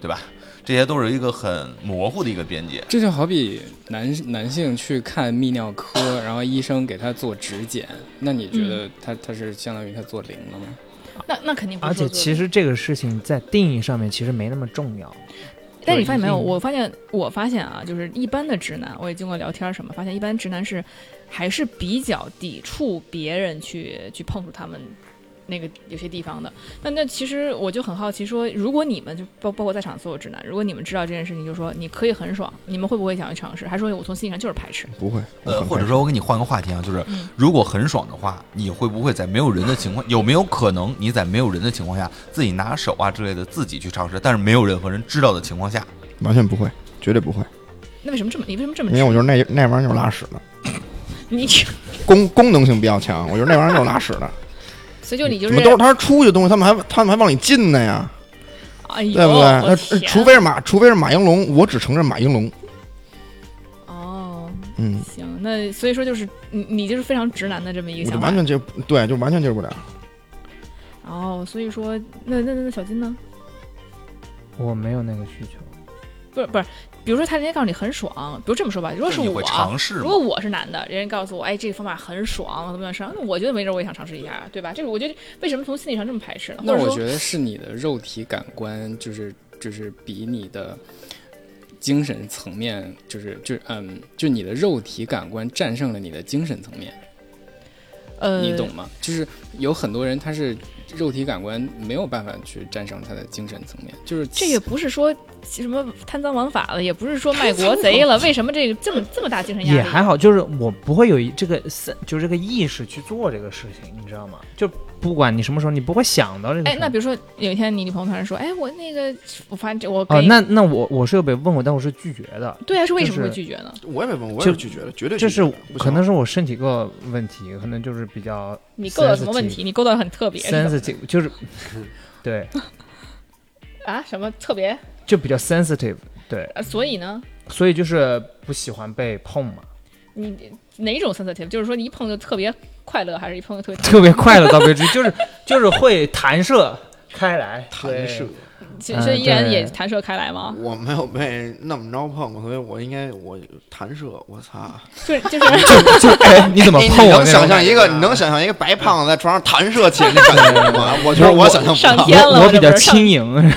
F: 对吧？这些都是一个很模糊的一个边界。
G: 这就好比男男性去看泌尿科，然后医生给他做指检，那你觉
B: 嗯
G: 得他、他是相当于他做零了吗？
B: 那那肯定不是
C: 而
B: 说做
C: 且
B: 零。
C: 其实这个事情在定义上面其实没那么重要。
B: 但是你发现没有？我发现，我发现啊，就是一般的直男，我也经过聊天儿什么，发现一般直男是还是比较抵触别人去去碰触他们那个有些地方的。那那其实我就很好奇说，如果你们就包包括在场所有直男，如果你们知道这件事情，就说你可以很爽，你们会不会想去尝试？还说我从心理上就是排斥？
D: 不会，我
F: 呃，
D: 很
F: 或者
D: 开
F: 说我给你换个话题啊，就是
B: 嗯
F: 如果很爽的话，你会不会在没有人的情况，有没有可能你在没有人的情况下，自己拿手啊之类的自己去尝试，但是没有任何人知道的情况下，
D: 心完全不会，绝对不会，
B: 那为什么这么你为什么这么
D: 因为我就是那那玩意儿就是拉屎的，
B: [LAUGHS] 你？
D: 功功能性比较强，我觉得那玩意儿就是拉屎的，
B: 所以就你就
D: 怎
B: 是
D: 么都是他出去的东西，他们还他们还往里进呢呀，
B: 哎呦，
D: 对不对？
B: 我
D: 那
B: 天
D: 除非是马，除非是马应龙，我只承认马应龙，
B: 哦，
D: 嗯，
B: 行，那所以说就是你你就是非常直男的这么一个
D: 我就
B: 想
D: 完
B: 法。
D: 全接不对，就完全接受不了。
B: 哦，所以说那那那那小金呢？
C: 我没有那个需求，
B: 不是不是，比如说他人家告诉你很爽，比如这么说吧，如果
F: 就是你
B: 我啊
F: 会尝试
B: 如
F: 吗
B: 果？我是男的，人家告诉我，哎，这个方法很爽，怎么怎么样，那我觉得没准我也想尝试一下，对吧？这个我觉得为什么从心理上这么排斥呢？
G: 那
B: 或者
G: 我
B: 说
G: 觉得是你的肉体感官，就是就是比你的精神层面，就是就是嗯，就你的肉体感官战胜了你的精神层面，
B: 呃，
G: 你懂吗？就是有很多人他是肉体感官没有办法去战胜他的精神层面，就是
B: 这也不是说什么贪赃枉法了，也不是说卖国贼了，为什么这个这么这么大精神压力？
C: 也还好，就是我不会有一这个思，就是这个意识去做这个事情，你知道吗？就不管你什么时候，你不会想到这个
B: 哎
C: 事，情。
B: 那比如说有一天你女朋友突然说，哎，我那个我发现这我给、
C: 哦，那那我我是有被问过，但我是拒绝的，
B: 对啊，是为什么
C: 就是
B: 会拒绝呢？
D: 我也被问，我
C: 也是
D: 拒绝的，绝对
C: 这是可能是我身体个问题，可能就是比较
B: 你够到什么问
C: sensitive
B: 题？你够到很特别是怎么
C: sensitive，就是
F: [LAUGHS]
C: 对，
B: 啊？什么特别？
C: 就比较 sensitive，对，
B: 呃所以呢，
C: 所以就是不喜欢被碰
F: [LAUGHS]
C: 嘛。
B: 你哪种 sensitive？就是说你一碰就特别快乐，还是一碰就特
F: [LAUGHS]
B: 别
C: 特别快乐，倒别至于，就是就是会弹射开来，
D: 弹射。
B: 所
F: 哎
C: 嗯
B: 所以依然
C: 对
B: 也弹射开来吗？
D: 我没有被那么着碰过，所以我应该我弹射，我操！
B: 就是就是，
C: 对，就哎，你怎么
D: 哎
C: 碰
D: 你
C: 我
D: 能
C: 那
D: 想
C: 种
D: 象
C: 感
D: 一
C: 觉？
D: 个，你能想象一个白胖子在床上弹射 [LAUGHS] 起来那感觉吗？我觉得我想象不
B: 上
D: 到。
B: 天了
C: 我
B: 这
C: 比
B: 不
C: 较
B: 是
C: 轻盈，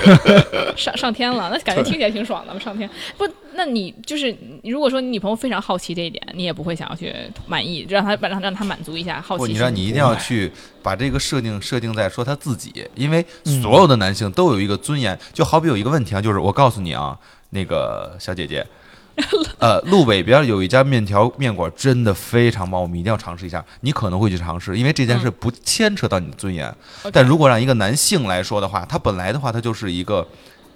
B: 上上天了，那感觉听起来挺爽的嘛，上
F: [LAUGHS]
B: 天。不，那你就是如果说你女朋友非常好奇这一点，你也不会想要去满意，让她让让她满足一下好奇
F: 不，
B: 心。
F: 你让你一定要去把这个设定设定在说他自己，因为
B: 嗯
F: 所有的男性都有一个尊严。就好比有一个问题啊，就是我告诉你啊，那个小
B: [LAUGHS]
F: 姐姐，呃，路北边有一家面条面馆真的非常棒，我们一定要尝试一下。你可能会去尝试，因为这件事不牵扯到你的尊严。
B: 嗯 OK
F: 但如果让一个男性来说的话，他本来的话他就是一个。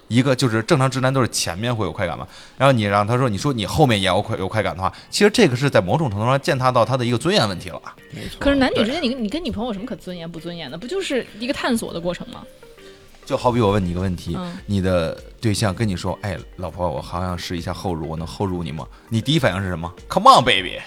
F: 一个就是正常直男都是前面会有快感嘛，然后你让他说你说你后面也要快有快感的话，其实这个是在某种程度上践踏到他的一个尊严问题了。
B: 可是男女之间，你跟你跟女朋友有什么可尊严不尊严的？不就是一个探索的过程吗？
F: 就好比我问你一个问题，
B: 嗯
F: 你的对象跟你说：“哎，老婆，我好想试一下后乳，我能后乳你吗？”你第一反应是什么？Come on, baby！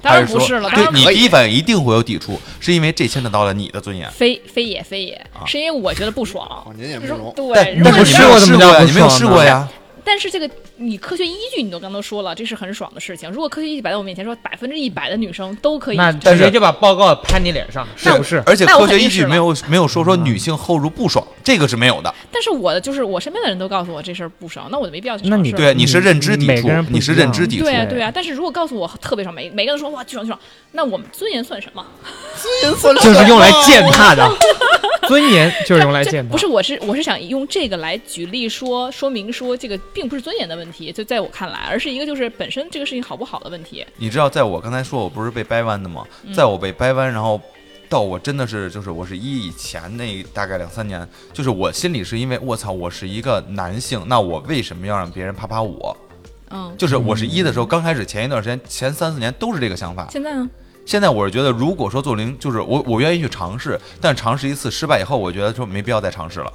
B: 当然
F: 还
B: 不
F: 说
B: 是了，当
F: 对
B: 然不
F: 你
B: 是。
F: 第一反应一定会有抵触，是因为这牵扯到了你的尊严。
B: 非非也非也，是因为我觉得不爽。
D: 您也 [LAUGHS]
B: 就
D: 没
B: 是
D: 聋，
B: 对，如
F: 但
B: 果
C: 那不
F: 是你
B: 你
C: 是
F: 没有
C: 我怎
F: 试
C: 么知
F: 过
C: 道
F: 呀？
C: 不
F: 你没有
C: 爽
F: 试
C: 呢
F: 过呀？
B: 但是这个你科学依据你都刚都说了，这是很爽的事情。如果科学依据摆在我面前说百分之一百的女生都可以，
H: 那直接就把报告拍你脸上，
F: 是
C: 不是嗯
F: 而且
B: 那我
F: 科
B: 肯
F: 学
B: 定
F: 依
B: 是
F: 据
B: 了
F: 没有没有说说女性后入不爽，这个是没有的。
B: 但是我的就是我身边的人都告诉我这事儿不爽，那我就没必要去
C: 那
B: 尝
C: 你
B: 试了。
F: 对，你是
C: 嗯
F: 认知抵
C: 每
F: 触
C: 个人，不
F: 你
C: 一
F: 是认
C: 样
F: 知抵触
B: 对。啊，
C: 对
B: 对啊，但是如果告诉我特别爽，每每个人说哇巨爽巨爽，那我们尊严算什么？ [LAUGHS]
C: 就是用来践踏的，尊严就是用来践踏。
B: 不是，我是我是想用这个来举例说说明说这个并不是尊严的问题，就在我看来，而是一个就是本身这个事情好不好的问题。
F: 你知道，在我刚才说我不是被掰弯的吗？在我被掰弯，然后到我真的是就是我是一以前那大概两三年，就是我心里是因为我操，我是一个男性，那我为什么要让别人啪啪我？
B: 嗯，
F: 就是我是一的时候，刚开始前一段时间，前三四年都是这个想法。
B: 现在呢？
F: 现在我是觉得，如果说做零，就是我我愿意去尝试，但尝试一次失败以后，我觉得说没必要再尝试了。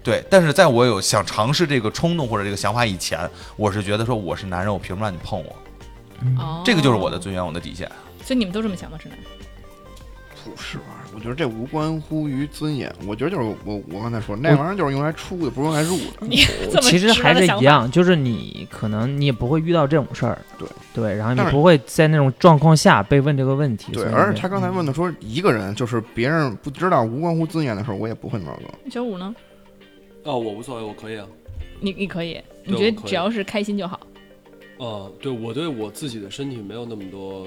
F: 对，但是在我有想尝试这个冲动或者这个想法以前，我是觉得说我是男人，我凭什么让你碰我？
B: 哦，
F: 这个就是我的。尊严，我的底线。
B: 所以你们都这么想吗？直男？
D: 不是玩意儿，我觉得这无关乎于尊严，我觉得就是我我刚才说那玩意儿就是用来出的，不是用来入的。
B: 你这么
C: 其实
B: 直男
C: 还
B: 的
C: 是
B: 想
C: 一
B: 法。
C: 样，就是你可能你也不会遇到这种事儿，
D: 对
C: 对，然后你
D: 但是
C: 不会在那种状况下被问这个问题。
D: 对，
C: 所以
D: 而
C: 你
D: 且他刚才问的说一个人就是别人不知道无关乎尊严的时候，我也不会那么做。
B: 小五呢？
E: 啊，我无所谓，我可以啊。
B: 你你可以，你
E: 对
B: 觉得
E: 我可以
B: 只要是开心就好。
E: 啊，对我对我自己的身体没有那么多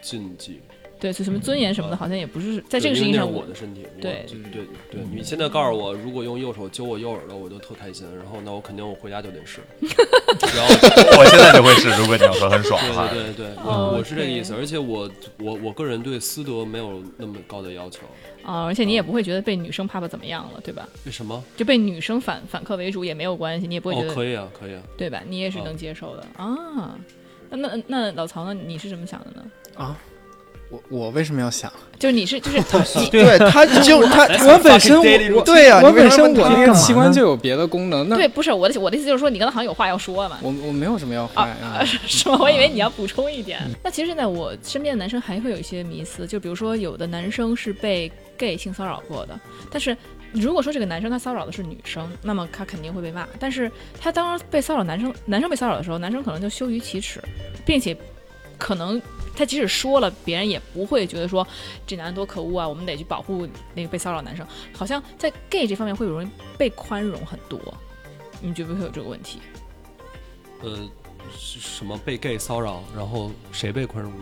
E: 禁忌，
B: 对，所以什么尊严什么的，
E: 嗯
B: 好像也不是在这个
E: 对
B: 事情
E: 因为
B: 上
E: 那是我的身体，我
B: 对
E: 就对对，你现在告诉我，如果用右手揪我右耳朵，我就特开心，然后那我肯定我回家就得
B: [LAUGHS]
E: 试，然后
F: 我现在就会试，如果你要说很爽的话，
E: 对对对对，
B: 哦
E: 我我是这个意思，
B: 对
E: 而且我我我个人对私德没有那么高的要求，
B: 啊、而且
E: 嗯
B: 你也不会觉得被女生啪啪怎么样了，对吧？
E: 为什么？
B: 就被女生反反客为主也没有关系，你也不会觉
E: 哦，
B: 得、
E: 可以啊，可以啊，
B: 对吧？你也是
E: 哦
B: 能接受的、啊。那那那老曹呢？你是怎么想的呢？
G: 我我为什么要想？
B: 就是你是就是
E: [LAUGHS]
B: 你
D: 对，
C: [LAUGHS]
D: 他就他
G: 我本身我
D: 对呀，
G: 我
D: 你为
G: 本
D: 啥
G: 身
D: 问
G: 我
D: 他
G: 那
C: 干
G: 个
C: 嘛
G: 器官
C: 呢
G: 就有别的功能，那
B: 对，不是我的我的意思就是说，你刚才好像有话要说嘛，
G: 我我没有什么要换啊。
B: 是吗？我以为你要补充一点。那其实现在我身边的男生还会有一些迷思，就比如说有的男生是被 gay 性骚扰过的，但是如果说这个男生他骚扰的是女生，那么他肯定会被骂。但是他当被骚扰男生男生被骚扰的时候，男生可能就羞于启齿，并且可能。他即使说了，别人也不会觉得说这男的多可恶啊，我们得去保护那个被骚扰男生。好像在 gay 这方面会容易被宽容很多，你们觉不会有这个问题？
E: 呃，是什么被 gay 骚扰，然后谁被宽容了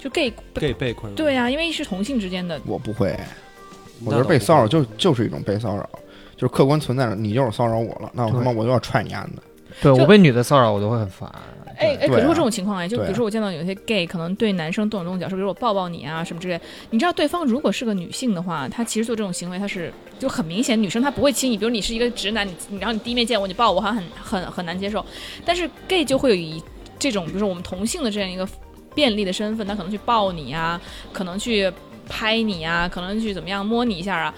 B: 就 gay
E: ？gay 被宽容？
B: 对啊
E: 呀，
B: 呀、因为是同性之间的，
D: 我不会，
E: 那
D: 我
E: 倒
D: 觉得
E: 不
D: 被
E: 会
D: 骚扰就就是一种被骚扰，就是客观存在的，你就是骚扰我了，那我他妈我就要踹你案子。
C: 对
B: 就
C: 我被女的骚扰，我都会很烦。
B: 哎哎，
D: 对
B: 可是
D: 啊
B: 会这种情况哎，就比
D: 对
B: 如
D: 啊
B: 说我见到有些 gay 可能对男生动手动脚，是比如我抱抱你啊什么之类，你知道对方如果是个女性的话，她其实做这种行为，她是就很明显，女生她不会亲你，比如你是一个直男，你你然后你第一面见我，你抱我，好像很很很难接受，但是 gay 就会有一这种，比如说我们同性的这样一个便利的身份，他可能去抱你啊，可能去拍你啊，可能去怎么样摸你一下啊。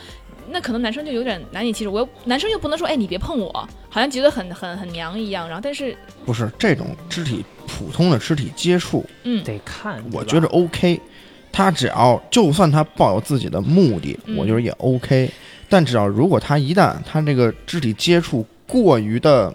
B: 那可能男生就有点难以启齿，我又男生又不能说，哎，你别碰我，好像觉得很很很娘一样。然后，但是
D: 不是这种肢体普通的肢体接触，
B: 嗯，
C: 得看，
D: 我
C: 对吧
D: 觉得 OK。他只要就算他抱有自己的目的，
B: 嗯
D: 我觉得也 OK。但只要如果他一旦他这个肢体接触过于的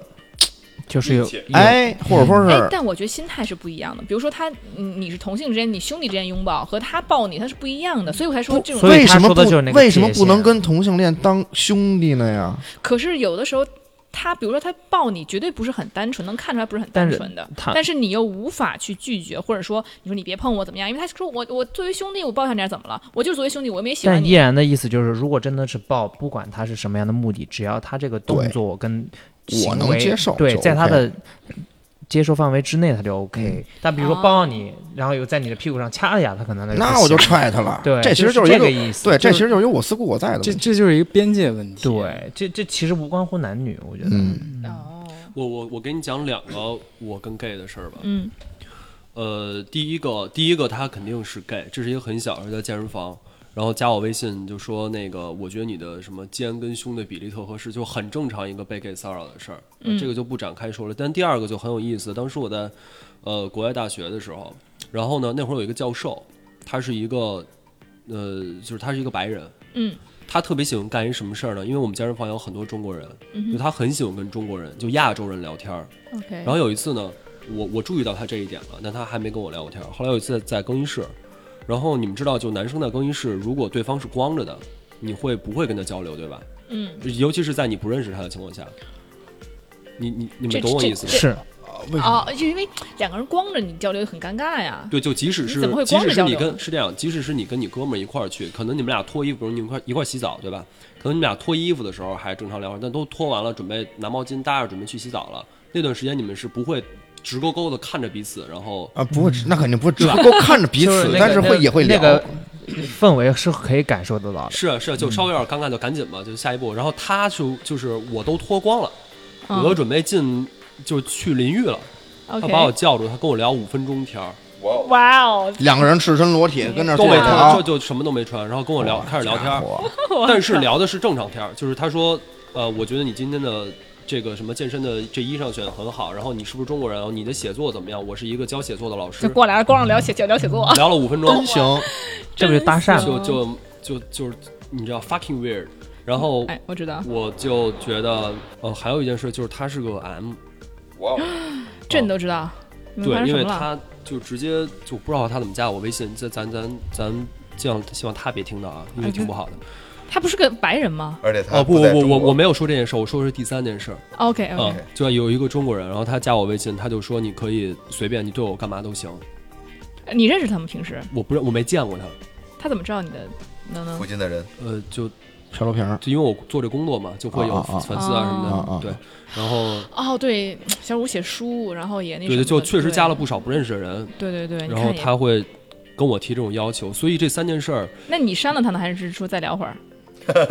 C: 就是有
E: 理解，
D: 哎，或者说
B: 哎，
D: 是
B: 但我觉得心态是不一样的。比如说他，你你是同性之间，你兄弟之间拥抱和他抱你，他是不一样的。所以我才说
D: 不
B: 这种，
C: 所以
D: 为
C: 他
D: 什么
C: 说
D: 不
C: 的就是那个
D: 为什么
C: 界
D: 不能
C: 限
D: 跟同性恋当兄弟呢呀？
B: 可是有的时候他，比如说他抱你，绝对不是很单纯，能看出来不是很单纯的。
C: 他
B: 但是你又无法去拒绝，或者说你说你别碰我怎么样？因为他说我我作为兄弟我抱上点怎么了？我就是作为兄弟，我也没喜欢
C: 但依
B: 你。
C: 然的意思就是，如果真的是抱，不管他是什么样的目的，只要他这个动
D: 对
C: 作跟
D: 我
C: 行
D: 能
C: 为
D: 接受
C: 对，
D: 就
C: 在他
D: OK 嗯
C: 的接受范围之内，他就 OK。但比如说
B: 哦
C: 抱你，然后又在你的屁股上掐了一下，他可能就
D: 那
C: 不
D: 我就
C: 行
D: 踹他了。
C: [LAUGHS] 对，
D: 这其实
C: 就
D: 一
C: 这
D: 个
C: 个意思。
D: 对，
C: 就
D: 这
C: 是
D: 其实就是一个我思故我在的问
G: 这
D: 题。
G: 这就是一个边界问题。，
C: 对，这这其实无关乎男女，我觉得。
D: 嗯，
B: 哦，
E: 我我我给你讲两个我跟 gay 的事儿吧。
B: 嗯
E: 呃，第一个，第一个他肯定是 gay，这是一个很小的时候在健身房，然后加我微信就说那个，我觉得你的什么肩跟胸的比例特合适，就很正常一个被 gay 骚扰的事儿，呃
B: 嗯
E: 这个就不展开说了。但第二个就很有意思，当时我在呃国外大学的时候，然后呢那会儿有一个教授，他是一个呃就是他是一个白人，
B: 嗯
E: 他特别喜欢干一什么事儿呢？因为我们健身房有很多中国人，
B: 嗯哼
E: 就他很喜欢跟中国人，就亚洲人聊天儿。
B: ，OK，
E: 然后有一次呢，我我注意到他这一点了，但他还没跟我聊过天儿。后来有一次在更衣室，然后你们知道，就男生在更衣室，如果对方是光着的，你会不会跟他交流，对吧？
B: 嗯，
E: 尤其是在你不认识他的情况下，你你你
B: 这
E: 们懂我意思吗？
C: 是
D: 为什么？
B: 哦，就因为两个人光着你交流很尴尬呀。
E: 对，就即使
B: 你怎么会
E: 是即
B: 光着
E: 使是你
B: 交流呢
E: 跟是这样，即使是你跟你哥们儿一块儿去，可能你们俩脱衣服，比如你们一块一块儿洗澡，对吧？可能你们俩脱衣服的时候还正常聊天，但都脱完了，准备拿毛巾搭着，准备去洗澡了。那段时间你们是不会直勾勾的看着彼此，然后
D: 啊，不会，那肯定不会，只不过看着彼
H: 就是
D: 此
H: 那，个
D: 但是会也会
H: 那
D: 聊。
H: 个
C: 氛围是可以感受得到的。
E: 是啊是啊，就稍微有点尴尬，就赶紧吧，就下一步。然后他就就是我都脱光了，
B: 嗯
E: 我都准备进就去淋浴了，他
B: OK，
E: 把我叫住，他跟我聊五分钟天儿，
B: 哇哦，
D: 两个人赤身裸体跟那儿
E: 都
D: 坐
E: 没
D: 着
E: 穿，就
D: 啊，
E: 就什么都没穿，然后跟我聊开始聊天儿，
D: 伙
E: [LAUGHS] 但是聊的是正常天儿，就是他说，呃，我觉得你今天的这个什么健身的这衣裳选得很好，然后你是不是中国人？然哦后你的写作怎么样？我是一个教写作的老
B: 就
E: 师，
B: 过来光着聊写聊写作，
E: 聊了五分钟
D: 真，行，
C: 这不就搭讪
E: 就
B: 吗
E: 就就就是你知道 fucking weird，然后
B: 哎，我知道，
E: 我就觉得，呃，还有一件事就是他是个 M，
F: 哇，
B: 这你都知道，你们发生
E: 对，因
B: 什
E: 为
B: 么了？
E: 他就直接就不知道他怎么加我微信，这咱咱咱这样，希望他别听到啊，因为挺不好的。
B: 哎他不是个白人吗
F: 而且他
E: 哦不，
F: 啊在
E: 我
F: 中
E: 我
F: 国
E: 我没有说这件事，我说的是第三件事。
B: ？OK
E: 啊
B: OK，，
E: 就有一个中国人，然后他加我微信，他就说你可以随便，你对我干嘛都行。嗯
B: 你认识他吗？平时
E: 我不认，我没见过他，
B: 他怎么知道你的？能能
F: 附近的人，
E: 呃，就
D: 小罗瓶儿，
E: 就因为我做这工作嘛，就会有
D: 啊啊啊
E: 粉丝啊什么的，
D: 啊啊
E: 对，然后
B: 哦，对，小五写书，然后也那
E: 对
B: 什么的
E: 对，就确实加了不少不认识的人，
B: 对对对，你
E: 然后
B: 看也
E: 他会跟我提这种要求，所以这三件事儿
B: 那你删了他呢，还是说再聊会儿？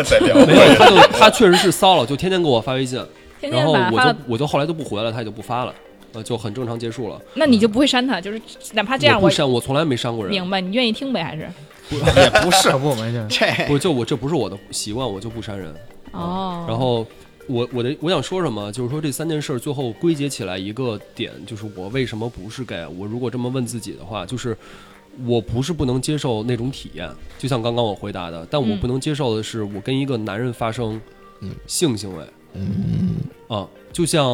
F: 在聊
E: 没有，他就他确实是骚扰，就天天给我发微信，
B: 天
E: 然
B: 天
E: 后
B: 把他
E: 我
B: 发了
E: 就，我就后来就不回了，他也就不发了，呃，就很正常结束了。
B: 那你就不会删他，就是哪怕这样
E: 我
B: 我
E: 不删，我从来没删过人，
B: 明白，你愿意听呗，还是
D: 也不
C: [LAUGHS]
D: 是
C: 要不我们就
D: 这
E: 不就我这不是我的习惯，我就不删人。
B: 哦，
E: 嗯然后我我的我想说什么，就是说这三件事儿最后归结起来一个点，就是我为什么不是 gay？我如果这么问自己的话，就是我不是不能接受那种体验，就像刚刚我回答的，但我
B: 嗯
E: 不能接受的是我跟一个男人发生
D: 嗯
E: 性行为。
B: 嗯
E: 啊，就像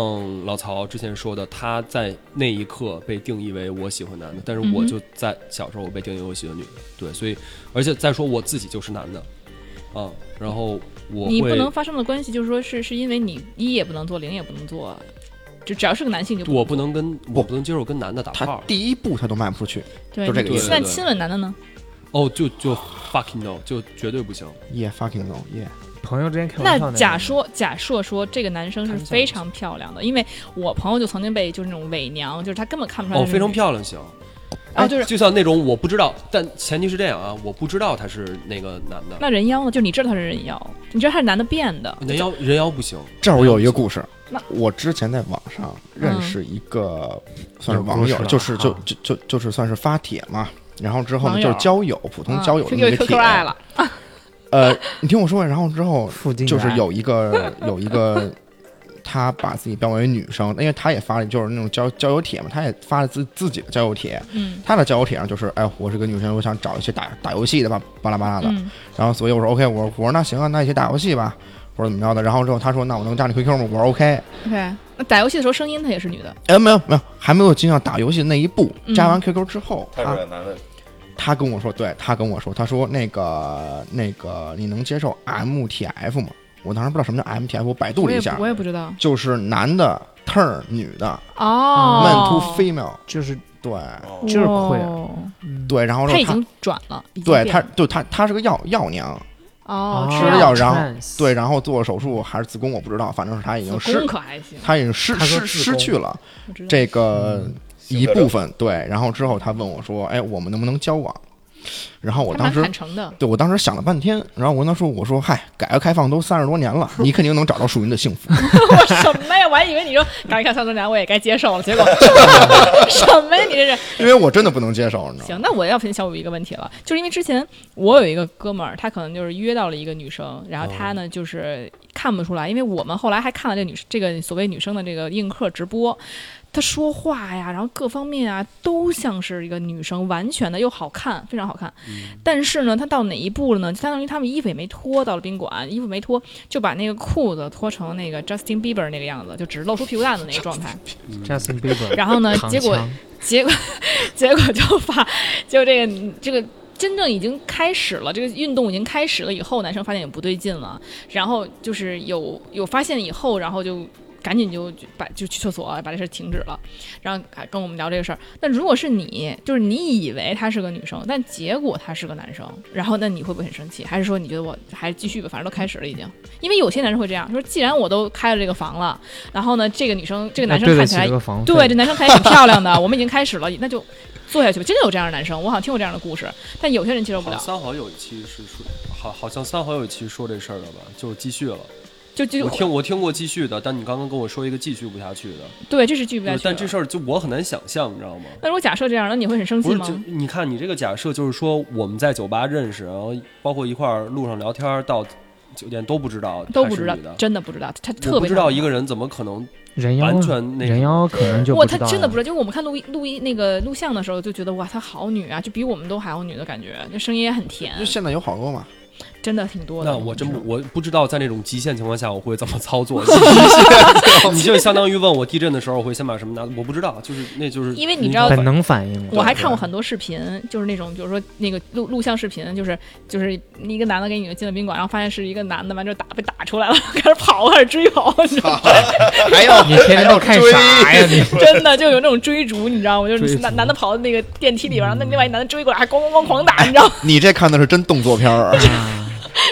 E: 老曹之前说的，他在那一刻被定义为我喜欢男的，但是我
B: 嗯哼
E: 就在小时候我被定义为我喜欢女的，对，所以而且再说我自己就是男的，啊，然后我
B: 你不
E: 会
B: 能发生的关系，就是说是是因为你一也不能做，零也不能做，就只要是个男性就
E: 我
B: 不
E: 不能跟我不能接受跟男的打
D: 他
E: 炮，
D: 第一步他都迈不出去，
B: 对
D: 就这个
B: 你
E: 意思
B: 那
E: 对
B: 亲吻男的呢？
E: 哦，就就 fucking no，就绝对不行。
D: 耶 fucking no 耶，
C: 朋友之
D: 嗯
C: 间开玩笑
B: 那
C: 那
B: 假
C: 种
B: 说假设说这个男生是非常漂亮的，因为我朋友就曾经被就是那种伪娘，就是他根本看不出来
E: 哦，
B: 是
E: 非常
B: 女
E: 漂亮行，
D: 哎
B: 啊，就是
E: 就像那种我不知道，但前提是这样啊，我不知道他是那个男的，
B: 那人妖呢？就是你知道他是人妖，你知道他是男的变
D: 嗯
B: 的，
E: 人妖人妖不行，
D: 这儿我有一个故事
B: 那，嗯
D: 我之前在网上认识一个算是网
C: 有
D: 友
C: 故事，了
D: 就是就
C: 啊
D: 就就就是算是发帖嘛，然后之后
B: 网
D: 呢
B: 友
D: 就是交友，普通
B: 嗯
D: 交友
B: 是
D: 的
B: 又
D: 那个
B: QQ
D: 帖，
B: 爱了，
D: 呃，你听我说完，然后之后
C: 附近啊
D: 就是
C: 的
D: 有一个有一个，她把自己标为女生，因为她也发了就是那种交交友帖嘛，她也发了自自己的交友帖，
B: 嗯
D: 她的交友帖上就是，哎，我是个女生，我想找一些打打游戏的吧，巴拉巴拉的，
B: 嗯
D: 然后所以我说 OK，我我说那行啊，那一起打游戏吧，我说怎么着的，然后之后她说那我能加你 QQ 吗？我说 OK，
B: ，OK。那打游戏的时候声音她也是女的，
D: 哎没有没有，还没有进到打游戏那一步，
B: 嗯
D: 加完 QQ 之后，
F: 他
D: 她
F: 是男的，
D: 她跟我说，对她跟我说，她说那个那个你能接受 MTF 吗？我当时不知道什么叫 MTF，我百度
B: 我
D: 了
B: 也
D: 一
B: 不
D: 下，
B: 我也不知道
D: 就是男的 turn 女的、
B: 哦
D: m a n to female，
C: 就是
D: 对
C: 就是会
B: 哦
D: 对，然后
B: 他
D: 啊说
B: 已
D: 他
B: 经转了，已经
D: 对
B: 变
D: 他
B: 了
D: 就他他是个药药娘，
C: 啊
B: 哦，
D: 吃了药然后
C: 后
D: 对，，然后做了手术还是子宫我不知道，反正是他已经
B: 子宫
D: 失
B: 可还行，
D: 他已经失
C: 他说子
D: 失失
C: 宫
D: 去了
B: 我知道
D: 这个
F: 嗯性
D: 一
F: 格
D: 部分对，然后之后他问我说，哎，我们能不能交往？然后我
B: 他
D: 当
B: 蛮
D: 时
B: 坦诚的， [LAUGHS]
D: 对我当时想了半天，然后我跟他说：“我说嗨，改革开放都三十多年了，你肯定能找到属于你的幸福。
B: 我什么呀？我还以为你说改看三多年我也该接受了，结果
D: [LAUGHS]
B: [LAUGHS] 什么呀？你这是？”
D: 因为我真的不能接受，你知道吗？
B: 行，那我要问小五一个问题了，就是因为之前我有一个哥们儿，他可能就是约到了一个女生，然后他呢就是看不出来，因为我们后来还看了这女这个所谓女生的这个映客直播，她说话呀，然后各方面啊都像是一个女生，完全的又好看，非常好看。但是呢，她到哪一步了呢？相当于他们衣服也没脱，到了宾馆衣服没脱，就把那个裤子脱成那个 Justin Bieber 那个样子，就只露出屁股蛋子那个状态。
C: Justin Bieber，
B: 然后呢，
C: 躺
B: 结果
C: 枪
B: 结果 [LAUGHS] 结果就发，就这个这个真正已经开始了，这个运动已经开始了以后，男生发现也不对劲了，然后就是有有发现以后，然后就。赶紧就就把就去厕所把这事儿停止了，然后还跟我们聊这个事儿。那如果是你，就是你以为他是个女生，但结果他是个男生，然后那你会不会很生气？还是说你觉得我还是继续吧，反正都开始了已经？因为有些男生会这样，说既然我都开了这个房了，然后呢，这个女生这个男
C: 那
B: 生
C: 哎对得
B: 看起
C: 起
B: 来 [LAUGHS]
C: 这个房费
B: 对，这男生看起来挺漂亮的，我们已经开始了，那就做下去吧。真的有这样的男生，我好像听过这样的故事，但有些人接受不
E: 好像
B: 了，
E: 三好有一期是说，好好像三好有一期说这事儿了吧，就是继续了。
B: 就就
E: 我听我听过继续的，但你刚刚跟我说一个继续不下去的，
B: 对，这是拒不下去的。
E: 对但这事儿就我很难想象，你知道吗？
B: 那如果假设这样，那你会很生
E: 不
B: 气
E: 是，
B: 吗
E: 就？你看你这个假设，就是说我们在酒吧认识，然后包括一块儿路上聊天儿到酒店都不知道
B: 都
E: 她
B: 不
E: 是
B: 知道
E: 女的，
B: 真的不知道，他特
E: 我
B: 别
E: 不知道一
B: 个。
E: 个人怎么可能
C: 人妖啊
E: 完全那
C: 人
E: 个。
C: 妖可能就
B: 哇，
C: 不
B: 他
C: 知道
B: 真的不知
C: 了
B: 道，就是我们看录音录音那个录像的时候，就觉得哇，她好女啊，就比我们都还要女的感觉，那声音也很甜，
D: 就现在有好多嘛，
B: 真的挺多的。
E: 那我真不我不知道，在那种极限情况下我会怎么
B: [LAUGHS]
E: 操作。极限你就相当于问我地震的时候我会先把什么拿，我不知道，就是那就是
B: 因为你知道
C: 本
E: 没办法
C: 能反应嘛。
B: 我还看过
C: 对
B: 很多视频，就是那种，比如说那个录录像视频，就是就是一个男的给女的进了宾馆，然后发现是一个男的，完之后打被打出来了， [LAUGHS] 开始跑，开始追跑，你知道吗？
D: 还 [LAUGHS] 要
C: 你天天都看啥呀？你 [LAUGHS]
B: 真的就有那种追逐，你知道吗？就
C: 追
B: 是
C: 逐
B: 男男的跑到那个电梯里边，然后那另外一男的追过来，还啊咣咣咣狂打，你知道吗？ [LAUGHS]
D: 你这看的是真动作片儿啊，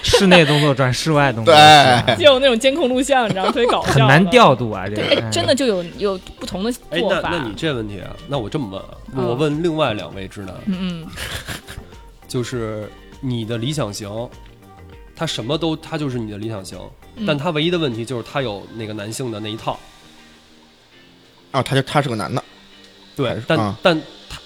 C: 室内动作转室外动作，
D: 对
C: 是吧
B: 就有那种监控录像，你知道吗？特别搞笑，
C: 很难。调度啊，这
B: 对，哎
C: 个，哎
B: 真的就有有不同的
E: 哎，
B: 做
E: 那
B: 法。
E: 那你这问题啊，那我这么问啊，
B: 嗯
E: 我问另外两位直男，
B: 嗯嗯，
E: 就是你的理想型，他什么都他就是你的理想型，
B: 嗯
E: 但他唯一的问题就是他有那个男性的那一套，
D: 啊，他就他是个男的，还
E: 对嗯
D: 是，
E: 但、
D: 啊
E: 但他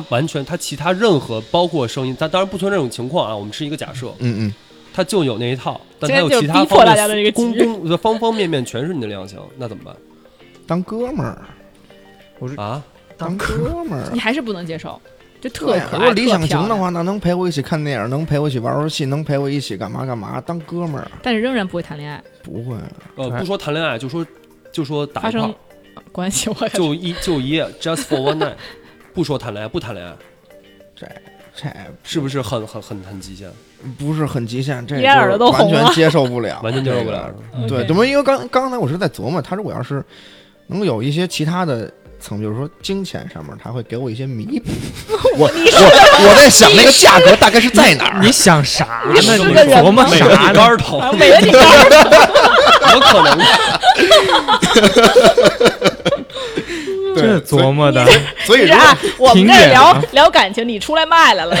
E: 他完全他其他任何包括声音，他当然不存在这种情况啊，我们是一个假设，
D: 嗯嗯，
E: 他就有那一套，但
B: 现
E: 他
B: 在就
E: 有其
B: 逼
E: 他
B: 迫
E: 方
B: 大家的这个
E: 面公
B: 局
E: 公方方面面全是你的理想型，那怎么办
D: 当哥们儿，
E: 啊？
D: 当哥们儿
B: 嗯你。还是不能接受，就 [LAUGHS] 特
D: 对啊
B: 可爱。
D: 如果理
B: 特
D: 想
B: 漂
D: 型的
B: 亮，
D: 话，那能陪我一起看电影，能陪我一起玩游戏，能陪我一起干嘛干嘛，当哥们儿
B: 但是仍然不会谈恋爱，
D: 不会。
E: 呃，不说谈恋爱，就说就说打
B: 发
E: 一炮
B: 生，关系我感觉
E: 就一就一夜 just for
B: [LAUGHS]
E: one night，不说谈恋爱，不谈恋爱，
D: 这
E: 是不是很很很很极限？
D: 不是很极限，这
B: 一耳朵
D: 就是
B: 都
D: 完
B: 红了啊
D: 全接受不了，
E: [LAUGHS] 完全接受不了
D: 这个
E: 是吧
D: 对，怎么？因为刚刚才我是在琢磨，他如果要是能够有一些其他的层，比如说金钱上面，他会给我一些弥补。我我我在想那个价格大概是在哪儿
C: 你？想啥呢？
B: 你
C: 你
B: 是个人
C: 琢磨
B: 吗
E: [LAUGHS] 美了
C: 啥
E: 你
C: 呢？啊
E: 杆头，
B: 啊美了你杆儿
E: 有可能
C: 这琢磨的，
D: 所以
B: 不是
D: 说
B: 啊，我们
C: 挺
B: 这
C: 远
B: 聊
C: 啊
B: 聊感情，你出来卖来了。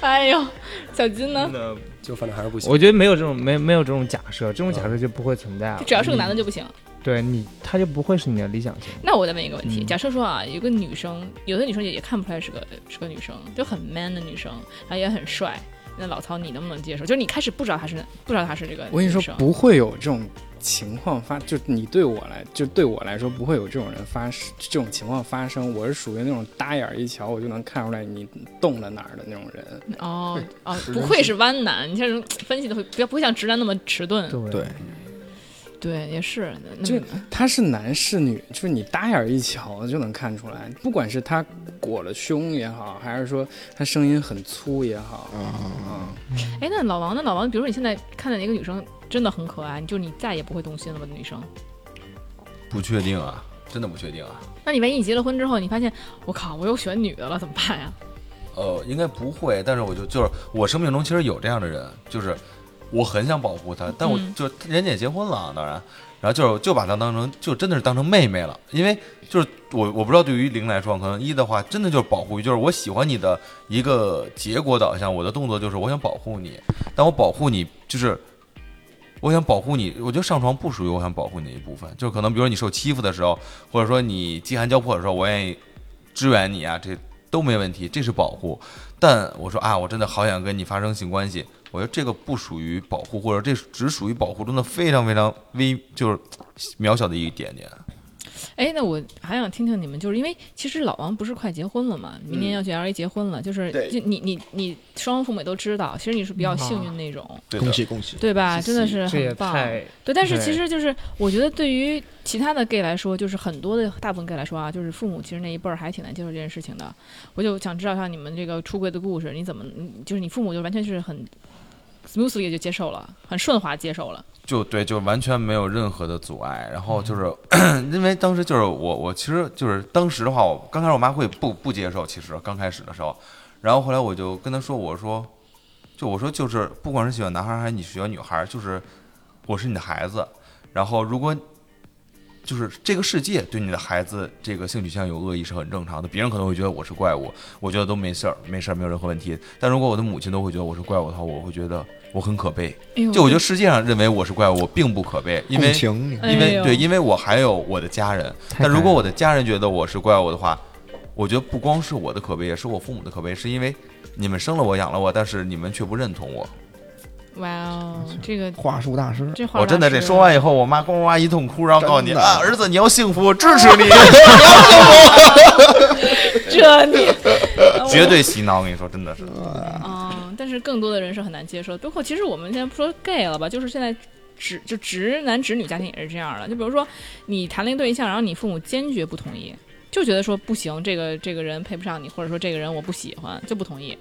D: [LAUGHS]
B: 哎呦，小金呢？
E: [LAUGHS] 就反正还是不行。
C: 我觉得没有这种没没有这种假设，这种假设就不会存在了。
B: 只要是个男的就不行。
C: 对你，他就不会是你的理想型。
B: 那我再问一个问题：
C: 嗯
B: 假设说啊，有个女生，有的女生也也看不出来是个是个女生，就很 man 的女生，然后也很帅。那老曹，你能不能接受？就是你开始不知道她是不知道她是这个女生，
G: 我跟你说，不会有这种情况发，就你对我来，就对我来说，不会有这种人发生这种情况发生。我是属于那种搭眼儿一瞧，我就能看出来你动了哪儿的那种人。
B: 哦哦，不愧是弯男，你这种分析的会不要不会像直男那么迟钝。
C: 对
D: 对，
B: 对，也是。那那
G: 就他是男是女，就是你搭眼儿一瞧就能看出来，不管是他裹了胸也好，还是说他声音很粗也好，啊、
B: 哎，那老王呢？老王，比如说你现在看见一个女生真的很可爱，你就你再也不会动心了吧？女生，
F: 不确定啊，真的不确定啊。
B: 那你万一你结了婚之后，你发现我靠，我又选女的了，怎么办呀？
F: 呃，应该不会，但是我就就是我生命中其实有这样的人，就是我很想保护她，但我
B: 嗯
F: 就是人家也结婚了啊，当然，然后就是就把她当成就真的是当成妹妹了，因为就是我我不知道对于零来说，可能一的话真的就是保护欲，就是我喜欢你的一个结果导向，我的动作就是我想保护你，但我保护你就是。我想保护你，我觉得上床不属于我想保护你的一部分，就是可能比如说你受欺负的时候，或者说你饥寒交迫的时候，我愿意支援你啊，这都没问题，这是保护。但我说啊，我真的好想跟你发生性关系，我觉得这个不属于保护，或者这只属于保护中的非常非常微，就是渺小的一点点。
B: 哎，那我还想听听你们，就是因为其实老王不是快结婚了嘛，明
F: 嗯
B: 年要去 LA 结婚了，就是
D: 对
B: 就你你你双方父母也都知道，其实你是比较幸运那种，
F: 对
D: 恭
F: 的，
D: 喜恭
B: [LAUGHS]
D: 喜！
B: 对吧？
D: 谢
B: 真
D: 谢
B: 的是
C: 这也
B: 很棒。
C: 太
B: 对，但是其
C: 对
B: 实就是我觉得对于其他的 gay 来说，就是很多的大部分 gay 来说啊，就是父母其实那一辈儿还挺难接受这件事情的。我就想知道一下你们这个出柜的故事，你怎么你就是你父母就完全是很 smoothly 就接受了，很顺滑接受了。
F: 就对，就完全没有任何的阻碍。然后就是、 [COUGHS] 因为当时就是我，我其实就是当时的话，我刚开始我妈会不不接受，其实刚开始的时候，然后后来我就跟她说，我说，就我说就是不管是喜欢男孩儿还是你喜欢女孩儿，就是我是你的孩子。然后如果就是这个世界对你的孩子这个性取向有恶意是很正常的，别人可能会觉得我是怪物，我觉得都没事儿，没事儿，没有任何问题。但如果我的母亲都会觉得我是怪物的话，我会觉得我很可悲。
B: 哎呦，
F: 就我觉得世界上认为我是怪物，我并不可悲，因为
D: 共情，
B: 哎
F: 因为
B: 呦
F: 对，因为我还有我的家人。
C: 太
F: 但如
C: 感
F: 果
C: 人
F: 我的家人觉得我是怪物的话，我觉得不光是我的可悲，也是我父母的可悲，是因为你们生了我养了我，但是你们却不认同我。
B: 哇哦，这个
D: 话术大师，
B: 这话
F: 我真的
B: 大
F: 这
B: 师
F: 说完以后，我妈呱呱一通哭，然后告诉你
D: 真的
F: 啊，儿子你要幸福，我支持
B: [LAUGHS]
F: 你，
B: 这你
F: 绝
B: [LAUGHS]
F: 对洗脑。我跟你说，真的是，
B: 嗯，但是更多的人是很难接受，包括其实我们现在不说 gay 了吧，就是现在直就直男直女家庭也是这样的。就比如说你谈了一个对象，然后你父母坚决不同意，就觉得说不行，这个这个人配不上你，或者说这个人我不喜欢，就不同意。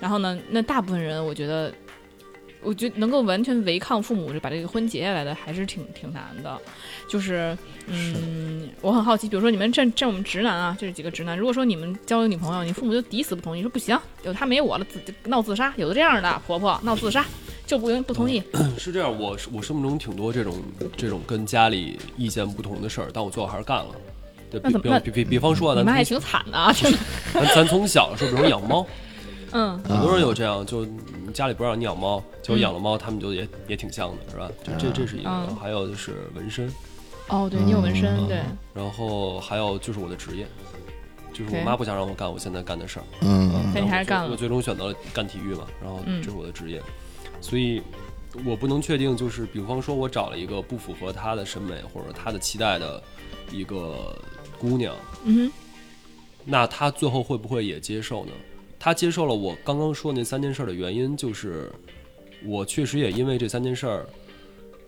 B: 然后呢，那大部分人我觉得，我觉得能够完全违抗父母就把这个婚结下来的，还是挺挺难的。就是，嗯，我很好奇，比如说你们这这我们直男啊，这几个直男，如果说你们交了女朋友，你父母就抵死不同意，说不行，有他没我了，自闹自杀，有的这样的婆婆闹自杀就不不同意，
E: 是这样，我是我生命中挺多这种这种跟家里意见不同的事儿，但我最后还是干了。对，
B: 那
E: 比
B: 怎么
E: 比
B: 那
E: 比比比方说啊，
B: 你
E: 咱
B: 们还
E: 从
B: 挺惨的啊，真的，
E: 咱咱从小的时候，比如说养
B: [LAUGHS]
E: 猫，
B: 嗯，
E: 很多人有这样，就家里不让你养猫，就养了猫，他们就也也挺像的，是吧？这这这是一个，
B: 嗯
E: 还有就是纹身，
B: 哦，对你有纹身，对，
E: 然后还有就是我的职业，就是我
B: 对
E: 妈不想让我干我现在干的事儿，
D: 嗯，
B: 但你还是干
E: 我
B: 了，
E: 最终选择了干体育嘛，然后
B: 嗯
E: 这是我的职业，所以我不能确定，就是比方说我找了一个不符合她的审美或者她的期待的一个姑娘，
B: 嗯哼，
E: 那她最后会不会也接受呢？她接受了我刚刚说那三件事儿的原因，就是我确实也因为这三件事儿，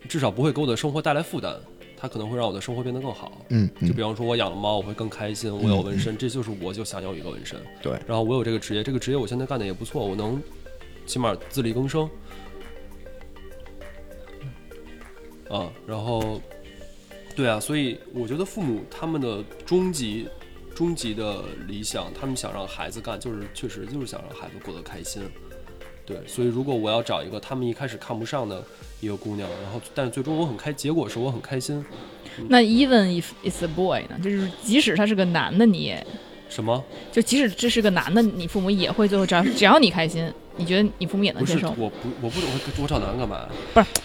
E: 至少不会给我的生活带来负担，它可能会让我的生活变得更好。
D: 嗯
E: 就
D: 嗯
E: 比方说，我养了猫，我会更开心。我有纹身，这就是我就想要一个纹身。
D: 嗯对
E: 然后我有这个职业，这个职业我现在干的也不错，我能起码自力更生。
D: 嗯
E: 啊，然后，对啊，所以我觉得父母他们的终极、终极的理想，他们想让孩子干，就是确实就是想让孩子过得开心。对，所以如果我要找一个他们一开始看不上的一个姑娘，然后但是最终我很开，结果是我很开心。
B: 那 even if it's a boy 呢，就是即使他是个男的，你也
E: 什么？
B: 就即使这是个男的，你父母也会最后只要只要你开心，你觉得你父母也能
E: 不
B: 接
E: 是，
B: 受，
E: 我不，我不懂，我我找男的干嘛？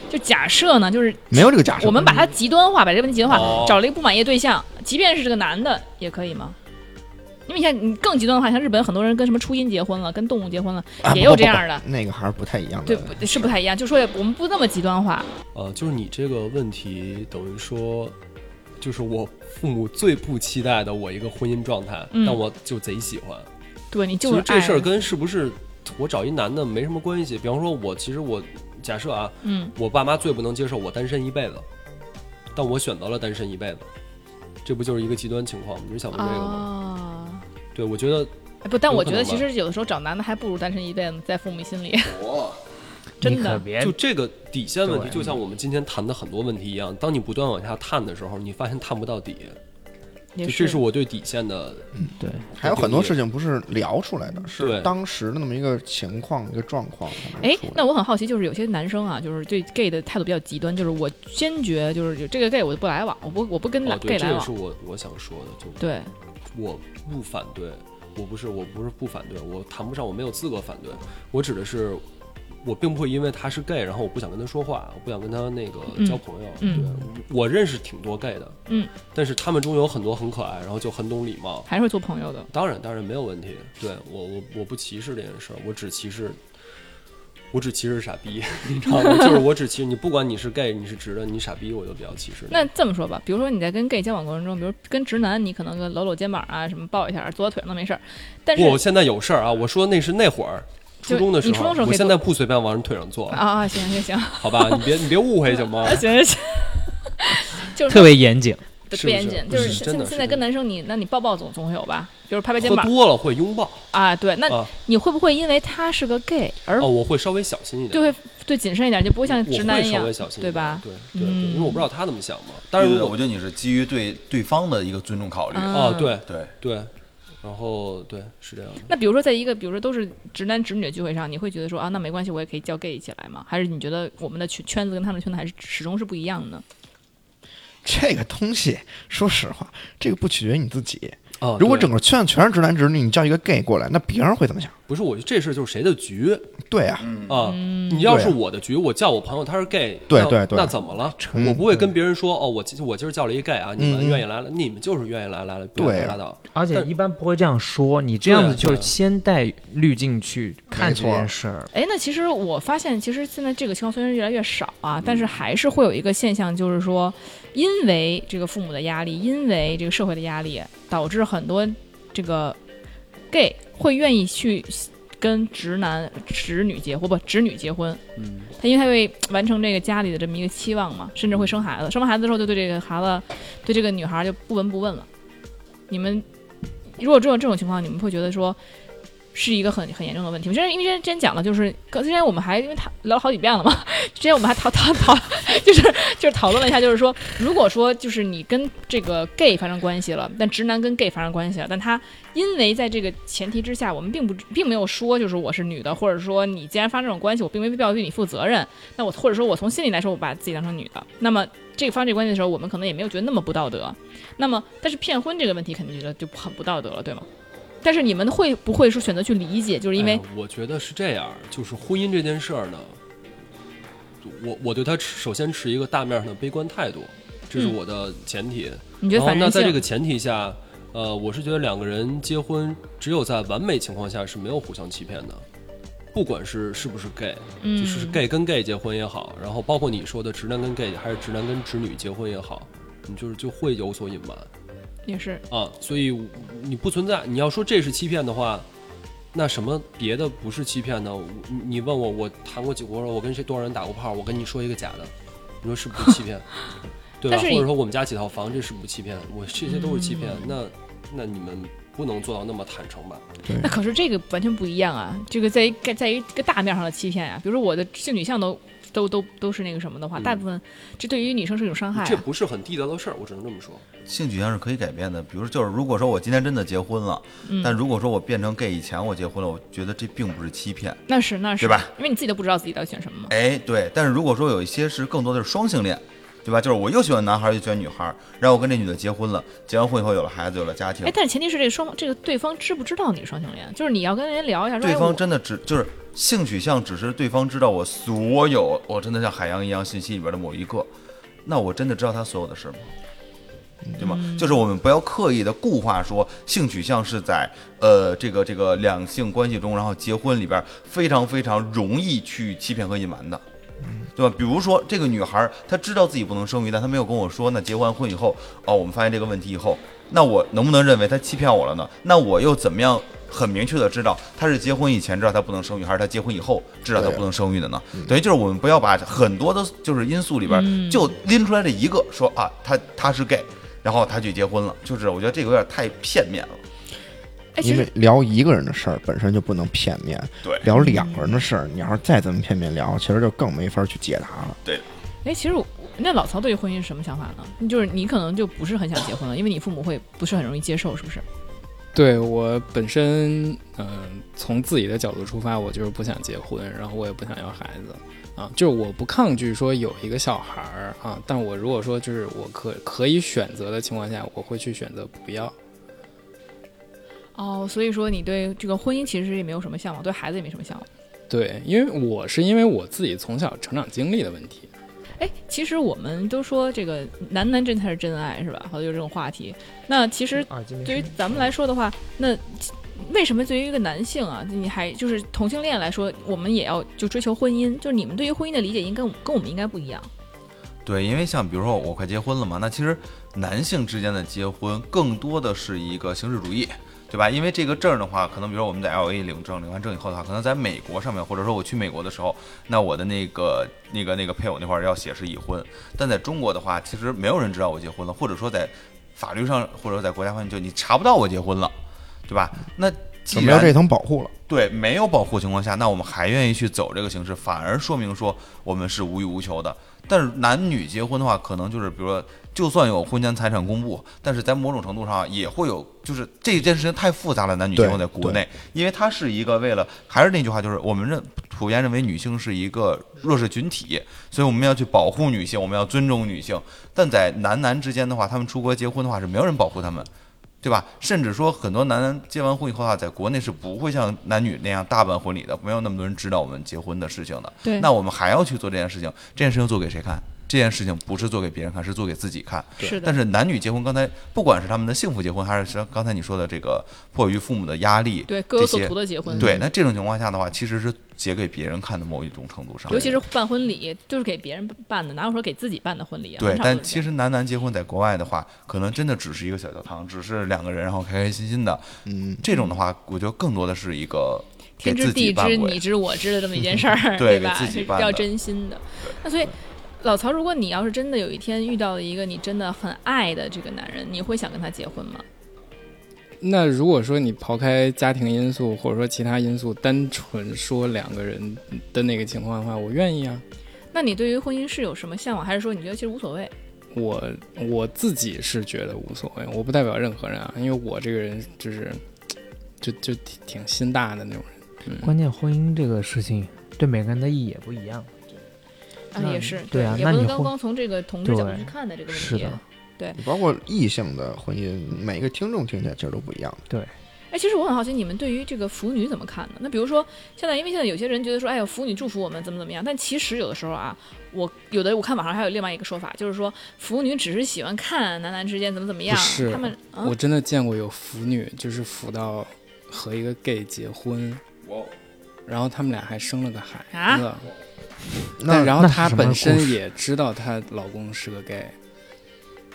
B: 就假设呢，就是
D: 没有这个假设，
B: 我们把它极端化，把这个问题极端化，
E: 哦
B: 找了一个不满意的对象，即便是这个男的也可以吗？因为你看，你更极端的话，像日本很多人跟什么初音结婚了，跟动物结婚了，
D: 啊
B: 也
D: 不
B: 有
D: 不
B: 这
D: 不
B: 样的，
D: 那个还是不太一样的，
B: 对，不是不太一样。就说也我们不那么极端化，
E: 呃，就是你这个问题，等于说，就是我父母最不期待的我一个婚姻状态，
B: 嗯
E: 但我就贼喜欢。
B: 对你就
E: 其
B: 是
E: 实这事儿
B: 爱
E: 跟是不是我找一男的没什么关系。比方说我，其实我假设啊，
B: 嗯，
E: 我爸妈最不能接受我单身一辈子，但我选择了单身一辈子，这不就是一个极端情况吗？你是想问这个吗？
B: 啊。
E: 对，我觉得
B: 哎不，但
E: 有
B: 我
E: 可
B: 觉得
E: 能
B: 其
E: 吧
B: 实有的时候找男的还不如单身一辈子，在父母心里， [LAUGHS]
C: 你
B: 真
C: 可
B: 的，
C: 别
E: 就这个底线问题，
C: 哎对
E: 就像我们今天谈的很多问题一样，当你不断往下探的时候，你发现探不到底。
B: 也
E: 就是这是我对底线的
C: 对，
D: 还有很多事情不是聊出来的，是
E: 对
D: 当时的那么一个情况、一个状况才能
B: 哎
D: 出来，
B: 那我很好奇，就是有些男生啊，就是对 gay 的态度比较极端，就是我坚决就是有这个 gay 我就不来往，我不我不跟
E: 哦，
B: gay
E: 对，这
B: 来
E: 也
B: 往
E: 是，我我想说的，就
B: 对，
E: 我不反对，我不是我不是不反对，我谈不上，我没有资格反对，我指的是。我并不会因为他是 gay，然后我不想跟他说话，我不想跟他那个
B: 嗯
E: 交朋友。
B: 嗯
E: 对，我认识挺多 gay 的，
B: 嗯，
E: 但是他们中有很多很可爱，然后就很懂礼貌，
B: 还是会做朋友的。
E: 当然，当然没有问题。对我，我我不歧视这件事儿，我只歧视我只歧视傻逼， [LAUGHS] 你知道吗？就是我只歧视你，不管你是 gay，你是直的，你傻逼，我都比较歧视你。
B: 那这么说吧，比如说你在跟 gay 交往过程中，比如跟直男，你可能跟搂搂肩膀啊，什么抱一下，左左腿都没事儿。但是
E: 不，我现在有事儿啊！我说那是那会儿。初
B: 就
E: 中的
B: 你
E: 时
B: 初
E: 候，
B: 中时候
E: 我
B: 可以
E: 现
B: 做
E: 在不随便往人腿上坐，
B: 啊啊，行行行
E: [LAUGHS]
B: [LAUGHS]
E: 好吧？你别你别误会行吗？
B: 行行行，就是
C: 特别严谨。
B: 不
E: 是
B: 不严
E: 不是
B: 谨，
E: 不
B: 就是是
E: 真
B: 现
E: 的
B: 在
E: 是
B: 现在
E: 真
B: 跟男生你，那你抱抱总总会有吧，就是拍拍肩
E: 喝
B: 膀
E: 多了会拥抱
B: 啊。对，那
E: 啊
B: 你会不会因为他是个 gay 而
E: 哦，我会稍微小心一点，
B: 就会对谨慎一点，就不会像
E: 我
B: 直
E: 会
B: 男一
E: 稍
B: 样
E: 微小，心一点，
B: 对吧？
E: 对对对，因为
B: 嗯
E: 我不知道他怎么想嘛。但是如
F: 对我
E: 果
F: 觉得你是基于对对方的一个尊重考虑。
B: 嗯
E: 哦，对
F: 对，
E: 对，然后对是这样的。
B: 那比如说，在一个比如说都是直男直女的聚会上，你会觉得说啊，那没关系，我也可以叫 gay 一起来吗？还是你觉得我们的圈圈子跟他们的圈子还是始终是不一样的呢？
D: 这个东西，说实话，这个不取决于你自己。
E: 哦，
D: 如果
E: 对
D: 整个圈子全是直男直女，你叫一个 gay 过来，那别人会怎么想？
E: 不是我，这事就是谁的局
D: 对啊，
E: 啊？
B: 嗯
E: 你要是
D: 对啊
E: 我的局，我叫我朋友他是 gay，
D: 对
E: 那
D: 对对
E: 那怎么了？
D: 嗯
E: 我不会跟别人说哦，我今我今儿叫了一 gay 啊，你
D: 嗯
E: 们
D: 嗯
E: 愿意来了，你们就是愿意来来了，不愿意
D: 对啊
E: 拉倒。
C: 而且
E: 但
C: 一般不会这样说，你这样
E: 对啊
C: 子就
E: 对啊
C: 是先带滤镜去看这
D: 没错
C: 件事儿。
B: 哎，那其实我发现，其实现在这个情况虽然越来越少啊，但是还是会有一个现象，就是说，因为这个父母的压力，因为这个社会的压力，导致很多这个 gay 会愿意去跟直男、直女结婚，不直女结婚。
E: 嗯，
B: 他因为他会完成这个家里的这么一个期望嘛，甚至会生孩子。生完孩子之后，就对这个孩子，对这个女孩就不闻不问了。你们如果这种这种情况，你们会觉得说是一个很很严重的问题吗？之前因为之前之前讲了，就是刚之前我们还因为他聊了好几遍了嘛，之前我们还讨讨讨，就是 [LAUGHS] 就是讨论了一下，就是说，如果说就是你跟这个 gay 发生关系了，但直男跟 gay 发生关系了，但他因为在这个前提之下，我们并不并没有说就是我是女的，或者说你既然发生这种关系，我并没必要对你负责任。那我或者说我从心里来说，我把自己当成女的，那么这个发生这个关系的时候，我们可能也没有觉得那么不道德。那么，但是骗婚这个问题，肯定觉得就很不道德了，对吗？但是你们会不会说选择去理解？就是因为、
E: 哎呀我觉得是这样，就是婚姻这件事儿呢，我我对它持首先持一个大面上的悲观态度，这是
B: 嗯
E: 我的前提。
B: 你觉
E: 然
B: 得
E: 后
B: 反
E: 哦那
B: 人性
E: 在这个前提下，呃，我是觉得两个人结婚，只有在完美情况下是没有互相欺骗的，不管是是不是 gay，
B: 嗯
E: 就是 gay 跟 gay 结婚也好，然后包括你说的直男跟 gay 还是直男跟直女结婚也好，你就是就会有所隐瞒。
B: 也是
E: 啊，所以我你不存在。你要说这是欺骗的话，那什么别的不是欺骗呢？我你你问我，我谈过几，我说我跟谁多少人打过炮，我跟你说一个假的，你说是不是
B: [LAUGHS]
E: 欺骗？对吧？
B: 但是
E: 或
B: 你嗯
E: 者说我们家几套房，这是不是欺骗？我这些都是欺骗。那那你们不能做到那么坦诚吧？
B: 那可是这个完全不一样啊！这个在于在于一个大面上的欺骗啊呀、比如说我的性取向都都都都是那个什么的话，
E: 嗯
B: 大部分这对于女生是一种伤害、
E: 这
B: 啊。
E: 不是很地道的事儿，我只能这么说。
F: 性取向是可以改变的，比如就是如果说我今天真的结婚了，
B: 嗯
F: 但如果说我变成 gay 以前我结婚了，我觉得这并不是欺骗。
B: 那是那是，
F: 对吧？
B: 因为你自己都不知道自己到底选什么嘛。
F: 哎，对，但是如果说有一些是更多的是双性恋，对吧？就是我又喜欢男孩儿又喜欢女孩儿，然后我跟这女的结婚了，结完婚以后有了孩子，有了家庭
B: 哎，，但是前提是这个双这个对方知不知道你是双性恋，啊就是你要跟人家聊一下，说
F: 对
B: 哎
F: 方
B: 我
F: 真的只就是性取向，只是对方知道我所有，我真的像海洋一样信息里边的某一个，那我真的知道他所有的事吗？对吗？就是我们不要刻意的固化说性取向是在呃这个这个两性关系中，然后结婚里边非常非常容易去欺骗和隐瞒的。对吧？比如说这个女孩儿，她知道自己不能生育，但她没有跟我说。那结完婚以后，哦，我们发现这个问题以后，那我能不能认为她欺骗我了呢？那我又怎么样很明确的知道她是结婚以前知道她不能生育，还是她结婚以后知道她
D: 对
F: 不能生育的呢？等于就是我们不要把很多的就是因素里边儿就拎出来这一个说啊，她她是 gay，然后她去结婚了，就是我觉得这个有点太片面了。
B: 哎，其
D: 因为
B: 实
D: 聊一个人的事儿本身就不能片面，
F: 对
D: 聊两个人的事儿，你要是再这么片面聊，其实就更没法去解答了。
B: 哎，其实我那老曹对于婚姻是什么想法呢？就是你可能就不是很想结婚了，因为你父母会不是很容易接受，是不是？
G: 对我本身，嗯、从自己的角度出发，我就是不想结婚，然后我也不想要孩子啊，就是我不抗拒说有一个小孩儿啊，但我如果说就是我可可以选择的情况下，我会去选择不要。
B: 哦，所以说你对这个婚姻其实也没有什么向往，对孩子也没什么向往。
G: 对，因为我是因为我自己从小成长经历的问题，
B: 哎，其实我们都说这个男男真才
C: 啊
B: 是真爱，是吧？好像有这种话题。那其实
C: 耳机没
B: 对
C: 声
B: 于咱们来说的话，那为什么对于一个男性啊，你还就是同性恋来说，我们也要就追求婚姻？就是你们对于婚姻的理解，应该跟跟我们应该不一样。
F: 对，因为像比如说我快结婚了嘛，那其实男性之间的结婚更多的是一个形式主义，对吧？因为这个证儿的话，可能比如说我们在 L A 领证，领完证以后的话，可能在美国上面，或者说我去美国的时候，那我的那个那个那个配偶那块儿要写是已婚，但在中国的话，其实没有人知道我结婚了，或者说在法律上或者说在国家方面，就你查不到我结婚了，对吧？那既
D: 就没有
F: 然
D: 这层保护了。
F: 对，没有保护情况下，那我们还愿意去走这个形式，反而说明说我们是无欲无求的。但是男女结婚的话，可能就是比如说，就算有婚前财产公布，但是在某种程度上也会有，就是这件事情太复杂了。男女结婚在国内，因为它是一个为了，还是那句话，就是我们认普遍认为女性是一个弱势群体，所以我们要去保护女性，我们要尊重女性。但在男男之间的话，他们出国结婚的话是没有人保护他们。对吧？甚至说很多男人结完婚以后啊，在国内是不会像男女那样大办婚礼的，没有那么多人知道我们结婚的事情的。
B: 对
F: 那我们还要去做这件事情，这件事情做给谁看？这件事情不是做给别人看，是做给自己看。
B: 是的
F: 但是男女结婚，刚才不管是他们的幸福结婚，还是像刚才你说的这个迫于父母的压力，
B: 对，各有所
F: 这些
B: 图的结婚，
F: 对，那这种情况下的话，其实是结给别人看的某一种程度上，
B: 尤其是办婚礼，就是给别人办的，哪有说给自己办的婚礼啊？
F: 对
B: 很，少有
F: 但
B: 人
F: 其实男男结婚在国外的话，可能真的只是一个小教堂，只是两个人，然后开开心心的。
D: 嗯，
F: 这种的话，我觉得更多的是一个给
B: 天知
F: 自己
B: 地
F: 办
B: 知
F: 过
B: 你知我知的这么
F: [LAUGHS]
B: 一件事儿，
F: 对
B: 吧？
F: 给自己
B: 是
F: 办的
B: 要真心的。那所以，老曹，如果你要是真的有一天遇到了一个你真的很爱的这个男人，你会想跟他结婚吗？
G: 那如果说你抛开家庭因素或者说其他因素，单纯说两个人的那个情况的话，我愿意啊。
B: 那你对于婚姻是有什么向往，还是说你觉得其实无所谓？
G: 我我自己是觉得无所谓，我不代表任何人啊，因为我这个人就是就就挺挺心大的那种人。嗯，
C: 关键婚姻这个事情对每个人的意义也不一样。
B: 啊，
C: 那
B: 也是，
C: 对啊
B: 也
C: 那
B: 不能
C: 你
B: 刚
C: 婚
B: 刚从这个同志角度
C: 对
B: 去看待这个问
C: 是
B: 题
C: 的。
D: 包括异性的婚姻，每个听众听起来其实都不一样。
B: 哎，其实我很好奇，你们对于这个腐女怎么看呢？那比如说，现在因为现在有些人觉得说，哎呀，腐女祝福我们怎么怎么样，但其实有的时候啊，我有的我看网上还有另外一个说法，就是说腐女只是喜欢看男男之间怎么怎么样
G: 不，是
B: 他们啊
G: 我，真的见过有腐女，就是腐到和一个 gay 结婚，然后他们俩还生了个孩子。
D: 那
G: 但然后
C: 那是
G: 她
C: 什么
G: 本
C: 故
G: 身
C: 事
G: 也知道她老公是个 gay，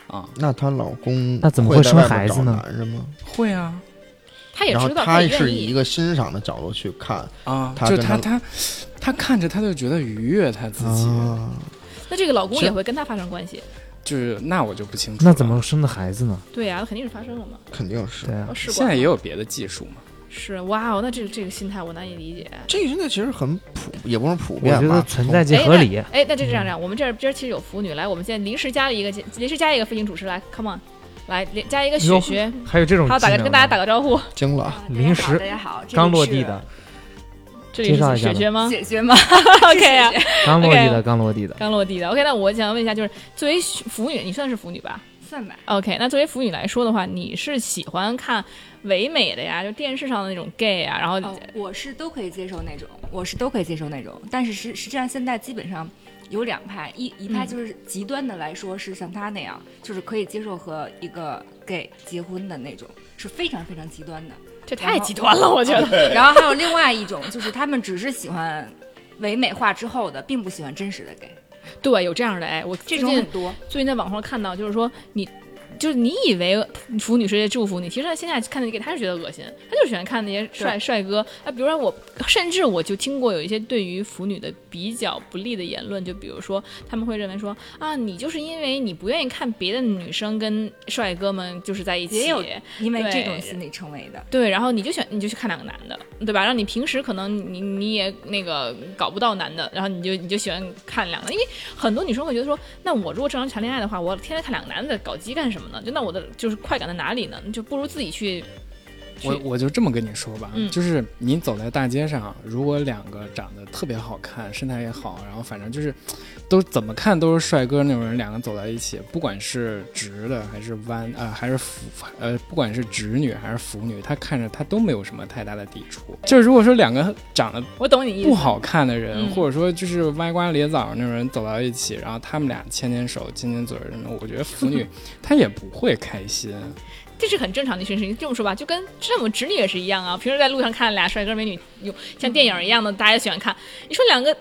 G: 啊，
D: 那她老公
C: 那怎么
D: 会
C: 会
D: 在
C: 生
D: 外边
C: 孩子
D: 找
C: 呢
D: 男人吗？
G: 会啊
B: 他也
D: 然后
B: 知道，他
D: 她
B: 也愿
D: 是以一
B: 意。
D: 个欣赏的角度去看
G: 啊，
D: 她
G: 就
D: 跟
G: 她
D: 她
G: 她她看着她就觉得愉悦她自己，
C: 哦
D: 啊，
B: 那这个老公
G: 是
B: 也会跟他发生关系，
G: 就是那我就不清楚了。
C: 那怎么生的孩子呢？
B: 对呀、啊，肯定是发生了嘛。
D: 肯定是
C: 对。啊
B: 我，试过，
G: 现在也有别的技术嘛？
B: 是哇哦，那这个这个心态我难以理解。
D: 这个现在其实很普，也不是普
C: 我
D: 遍吧。
C: 觉得存在即
B: 哎
C: 合理。
B: 哎，那就这样这样，我们这儿这儿其实有腐女，来，我们现在临时加了一个，临时加一个飞行主持来，come on，来连加一个雪
C: 哟
B: 雪，
C: 还有这种
B: 好，打
C: 技
B: 个
C: 能
B: 跟大家打
C: 呢
B: 个招呼。
D: 从惊
B: 啊
D: 了，
C: 临时
I: 大家好，这里
C: 刚落
I: 是
C: 地的，
B: 这里
C: 介绍
B: 是
C: 一下
B: 雪雪吗
C: 吧
I: 姐姐吗
B: [LAUGHS] ？OK [LAUGHS] 啊，
C: 刚落地
B: OK
C: 的，刚落地的。
B: 刚落地的。OK，那我想问一下，就是作为腐女，你算是腐女吧
I: 算吧，
B: ？OK，那作为腐女来说的话，你是喜欢看唯美的呀，就电视上的那种 gay 啊，然后、
I: 哦，我是都可以接受那种，我是都可以接受那种，但是实实际上现在基本上有两派，一一派
B: 嗯
I: 就是极端的来说是像他那样，就是可以接受和一个 gay 结婚的那种，是非常非常极端的。
B: 这太极端了，我觉得。
I: [LAUGHS] 然后还有另外一种，就是他们只是喜欢唯美化之后的，并不喜欢真实的 gay，
B: 对，有这样的哎，我
I: 这
B: 最
I: 种
B: 近
I: 很多。
B: 最近在网上看到，就是说你。就是你以为腐女是在祝福你，其实她线下看那个，她是觉得恶心，她就喜欢看那些帅
I: 对
B: 帅哥。啊，比如说我，甚至我就听过有一些对于腐女的比较不利的言论，就比如说他们会认为说啊，你就是因为你不愿意看别的女生跟帅哥们就是在一起，
I: 也有因为这种
B: 对
I: 心理成为的，
B: 对，然后你就选，你就去看两个男的，对吧？让你平时可能你你也那个搞不到男的，然后你就你就喜欢看两个，因为很多女生会觉得说，那我如果正常谈恋爱的话，我天天看两个男的搞基干什么呢？就那我的就是快感在哪里呢？就不如自己去，去
G: 我我就这么跟你说吧，
B: 嗯
G: 就是你走在大街上，如果两个长得特别好看，身材也好，然后反正就是都怎么看都是帅哥那种人，两个走在一起，不管是直的还是弯啊、呃还是腐呃，不管是直女还是腐女，她看着她都没有什么太大的抵触。就是如果说两个长得
B: 我懂你意思。
G: 不好看的人，
B: 嗯
G: 或者说就是歪瓜裂枣那种人走到一起， [LAUGHS] 然后他们俩牵牵手、亲亲嘴儿什么的，我觉得腐女她也不会开心。
B: 这是很正常的一件事情。这么说吧，就跟这么直女也是一样啊。平时在路上看俩帅哥美女，有像电影一样的，大家喜欢看。你说两个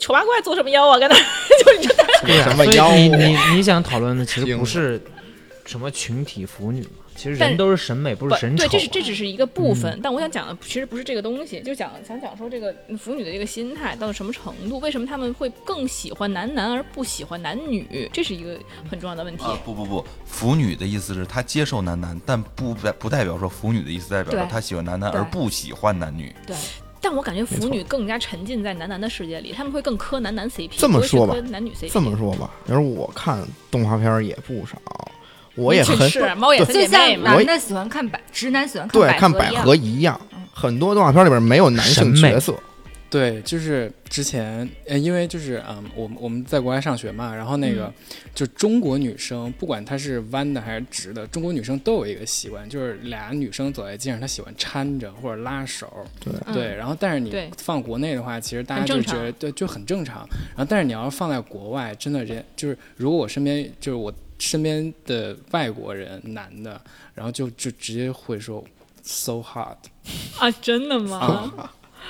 B: 丑八怪做什么妖啊？跟那儿 [LAUGHS] 就你就
C: 对呀、
D: 什么
C: 所以
D: 妖
C: 你
D: 物
C: 你你想讨论的其
D: 硬
C: 实
D: 的
C: 不是什么群体腐女嘛，其实
B: 但
C: 人都是审美，不是审
B: 不对，
C: 丑啊。
B: 这是这只是一个部
D: 嗯
B: 分，但我想讲的其实不是这个东西，就讲想讲说这个腐女的这个心态到了什么程度，为什么他们会更喜欢男男而不喜欢男女，这是一个很重要的问题。
F: 呃
J: 啊，不不不，腐女的意思是她接受男男，但不代不代表说腐女的意思代表说
I: 对
J: 她喜欢男男
I: 对
J: 而不喜欢男女。
I: 对，
B: 但我感觉腐女更加沉浸在男男的世界里，他们会更磕男男 CP，
D: 这么说吧
B: 不会去磕男女 CP。
D: 这么说吧，要是我看动画片儿也不少，我也
B: 确
D: 很
B: 实是猫眼
D: 对
B: 三
I: 就
B: 姐妹
I: 像
B: 嘛，
D: 我
I: 男
D: 也
I: 的喜欢看百，直男喜欢
D: 对看
I: 百
D: 百
I: 一样
D: 合一样，很多动画片儿里边没有男性
C: 审美
D: 角色，
G: 对，就是之前，呃，因为就是啊、嗯，我们我们在国外上学嘛，然后那
B: 嗯
G: 个、就中国女生，不管她是弯的还是直的，中国女生都有一个习惯，就是俩女生走在街上，她喜欢搀着或者拉手，
B: 嗯
G: 对，然后但是你
B: 对
G: 放国内的话，其实大家
B: 很
G: 就
B: 正
G: 觉得
B: 常
G: 对就很正常。然后但是你要是放在国外，真的人就是如果我身边就是我身边的外国人男的，然后就就直接会说 so hot，
B: 啊，真的
D: 啊
B: 吗？ [LAUGHS]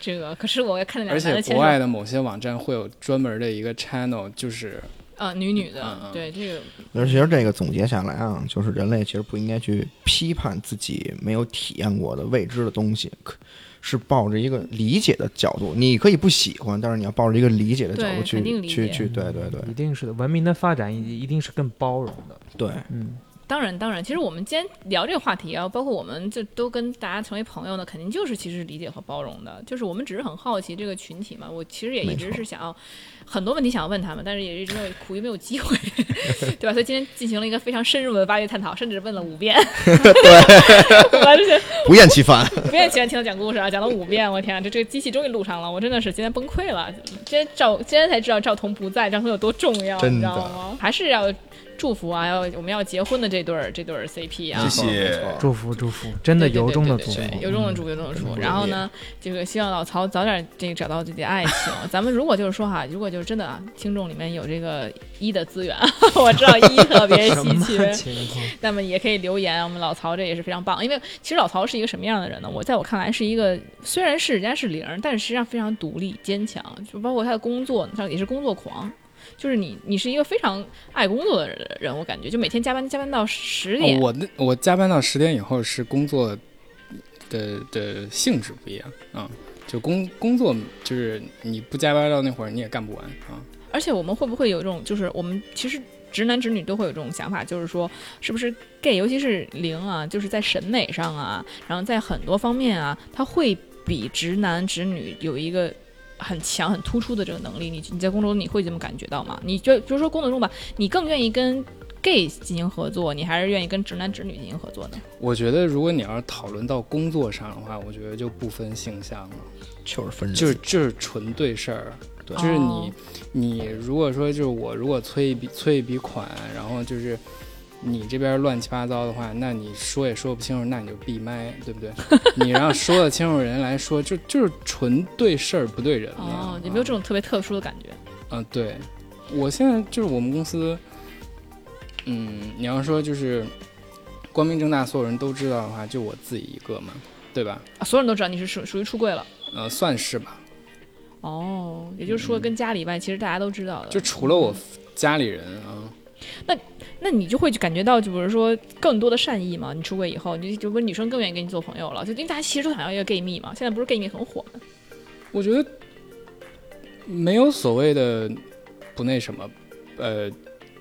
B: 这个可是我看那
G: 而
B: 两个男
G: 且
B: 的牵
G: 国
B: 手，
G: 外的某些网站会有专门的一个 channel，就是
B: 啊，女女的，
G: 嗯嗯
B: 对这个
D: 而其实这个总结下来啊，就是人类其实不应该去批判自己没有体验过的未知的东西，可是抱着一个理解的角度，你可以不喜欢，但是你要抱着一个理解的角
B: 对
D: 度去
B: 肯定理
D: 去
B: 解
D: 去，对对对
G: 嗯
C: 一定是的，文明的发展一一定是更包容的。
D: 对，
C: 嗯，
B: 当然，当然，其实我们今天聊这个话题啊，包括我们就都跟大家成为朋友呢，肯定就是其实理解和包容的，就是我们只是很好奇这个群体嘛。我其实也一直是想要很多问题想要问他们，但是也一直没有苦于没有机会，对吧？所以今天进行了一个非常深入的挖掘探讨，甚至问了五遍。 [LAUGHS] 对，我就是
D: 不厌其烦。
B: [LAUGHS] 不愿意喜欢听他讲故事啊，讲了五遍，我天、啊，这这个机器终于录上了，我真的是今天崩溃了。今天赵今天才知道赵彤不在，赵彤有多重要，
D: 真的
B: 你知道吗？还是要祝福啊，要我们要结婚的这对儿这对儿 CP 啊。
J: 谢谢。
C: 祝福祝福，真的
B: 对对
C: 由
B: 对
C: 衷的
B: 对
C: 祝福嗯
B: 对。由衷的祝福，由衷的祝
D: 嗯
B: 福。然后呢，这个希望老曹早点这个找到自己的爱情。咱们如果就是说哈，如果就是真的啊，听众里面有这个一的资源， [LAUGHS] 我知道一特别
C: 什
B: 稀
C: 么
B: 缺，
C: 情况？
B: 那么也可以留言，我们老曹这也是非常棒，因为其实老曹是一个什么样的人呢？我在我看来是一个虽然是人家是零，但是实际上非常独立、坚强，就包括他的工作，他也是工作狂。就是你，你是一个非常爱工作的人，我感觉就每天加班加班到十点。
G: 哦、我的我加班到十点以后是工作的的性质不一样啊、就工工作就是你不加班到那会儿你也干不完啊。
B: 而且我们会不会有一种，就是我们其实直男直女都会有这种想法，就是说，是不是 gay，尤其是零啊，就是在审美上啊，然后在很多方面啊，他会比直男直女有一个。很强、很突出的这个能力，你你在工作中你会这么感觉到吗？你就比如说工作中吧，你更愿意跟 gay 进行合作，你还是愿意跟直男直女进行合作呢？
G: 我觉得如果你要是讨论到工作上的话，我觉得就不分性向了，
D: 就是分人，
G: 就是就是纯对事儿。
D: 对
G: 就是你、
B: 哦
G: 你如果说就是我如果催一笔催一笔款，然后就是你这边乱七八糟的话，那你说也说不清楚，那你就闭麦，
B: [LAUGHS]
G: 对不对？你让说得清楚人来说，就就是纯对事儿不对人那样
B: 哦，有没有这种特别特殊的感觉？
G: 嗯，对，我现在就是我们公司，嗯，你要说就是光明正大所有人都知道的话，就我自己一个嘛，对吧？
B: 啊所有人都知道你是属属于出柜了。
G: 呃，算是吧，
B: 哦，也就是说，跟家里以外，其实大家都知道的。
G: 就除了我
B: 嗯
G: 家里人啊，
B: 那你就会感觉到，就比如说更多的善意嘛。你出轨以后，你就就跟女生更愿意跟你做朋友了，就因为大家其实都想要一个 gay 蜜嘛。现在不是 gay 蜜很火吗？
G: 我觉得没有所谓的不那什么，呃，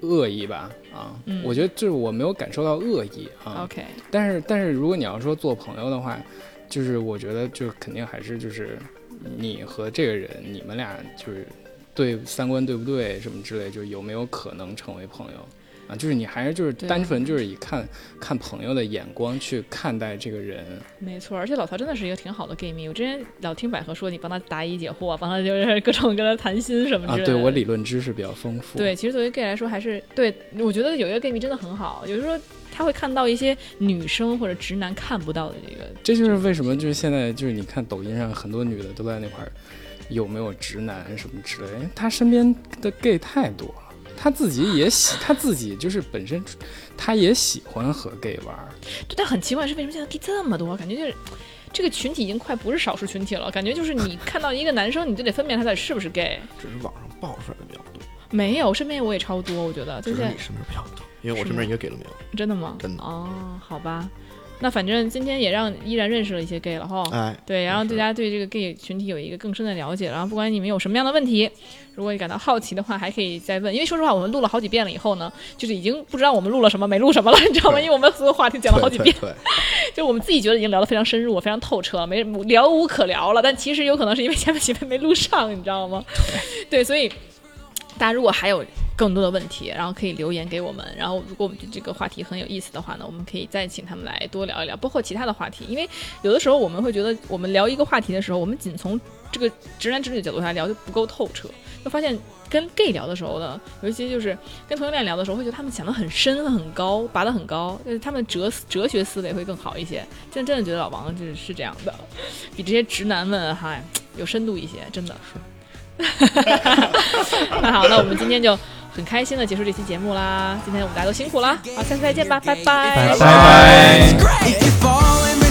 G: 恶意吧，啊，
B: 嗯
G: 我觉得就是我没有感受到恶意啊，
B: OK，
G: 但是但是如果你要说做朋友的话，就是我觉得就是肯定还是就是你和这个人，你们俩就是对三观对不对什么之类，就有没有可能成为朋友啊？就是你还是就是
B: 对
G: 单纯就是以看看朋友的眼光去看待这个人，
B: 没错。而且老曹真的是一个挺好的 gay 蜜。我之前老听百合说，你帮他答疑解惑，帮他就是各种跟他谈心什么
G: 啊
B: 之类，的。
G: 对我理论知识比较丰富。
B: 对，其实作为 gay 来说，还是对我觉得有一个 gay 蜜真的很好，有时候他会看到一些女生或者直男看不到的这个
G: 这就是为什么就是现在就是你看抖音上很多女的都在那块儿有没有直男什么之类，她身边的 gay 太多了。他自己也喜，他自己就是本身他也喜欢和 gay 玩儿，
B: 对，但很奇怪是为什么现在 gay 这么多？感觉就是这个群体已经快不是少数群体了，感觉就是你看到一个男生，你就得分辨他到底是不是 gay。
D: 只是网上爆出来的比较多，
B: 没有，身边我也超多，我觉得就是
D: 只是
B: 现
D: 你身边比较多，因为我
B: 是
D: 身
B: 吗
D: 边一个给了没有。
B: 在真的吗？
D: 真的
B: 哦，好吧，那反正今天也让依然认识了一些 gay 了哈。
D: 哎，
B: 对，然后
D: 没事
B: 对大家对这个 gay 群体有一个更深的了解。然后不管你们有什么样的问题，如果你感到好奇的话，还可以再问。因为说实话，我们录了好几遍了以后呢，就是已经不知道我们录了什么，没录什么了，你知道吗？
D: 对
B: 因为我们所有话题讲了好几
D: 对
B: 遍，
D: 对对
B: 就是我们自己觉得已经聊得非常深入、非常透彻，没聊无可聊了。但其实有可能是因为前面几遍没录上，你知道吗？对，所以大家如果还有更多的问题，然后可以留言给我们。然后如果我们对这个话题很有意思的话呢，我们可以再请他们来多聊一聊，包括其他的话题。因为有的时候我们会觉得，我们聊一个话题的时候，我们仅从这个直男直女的角度上聊就不够透彻，就发现跟 gay 聊的时候呢，尤其就是跟同性恋聊的时候，会觉得他们想的很深很高，拔得很高，就是他们哲哲学思维会更好一些。真真的觉得老王就是是这样的，比这些直男们还有深度一些，真的是。那 [LAUGHS] 好，那我们今天就很开心的结束这期节目啦。今天我们大家都辛苦啦，好，下次再见吧，拜拜
C: 拜拜。
A: It's great. If you fall in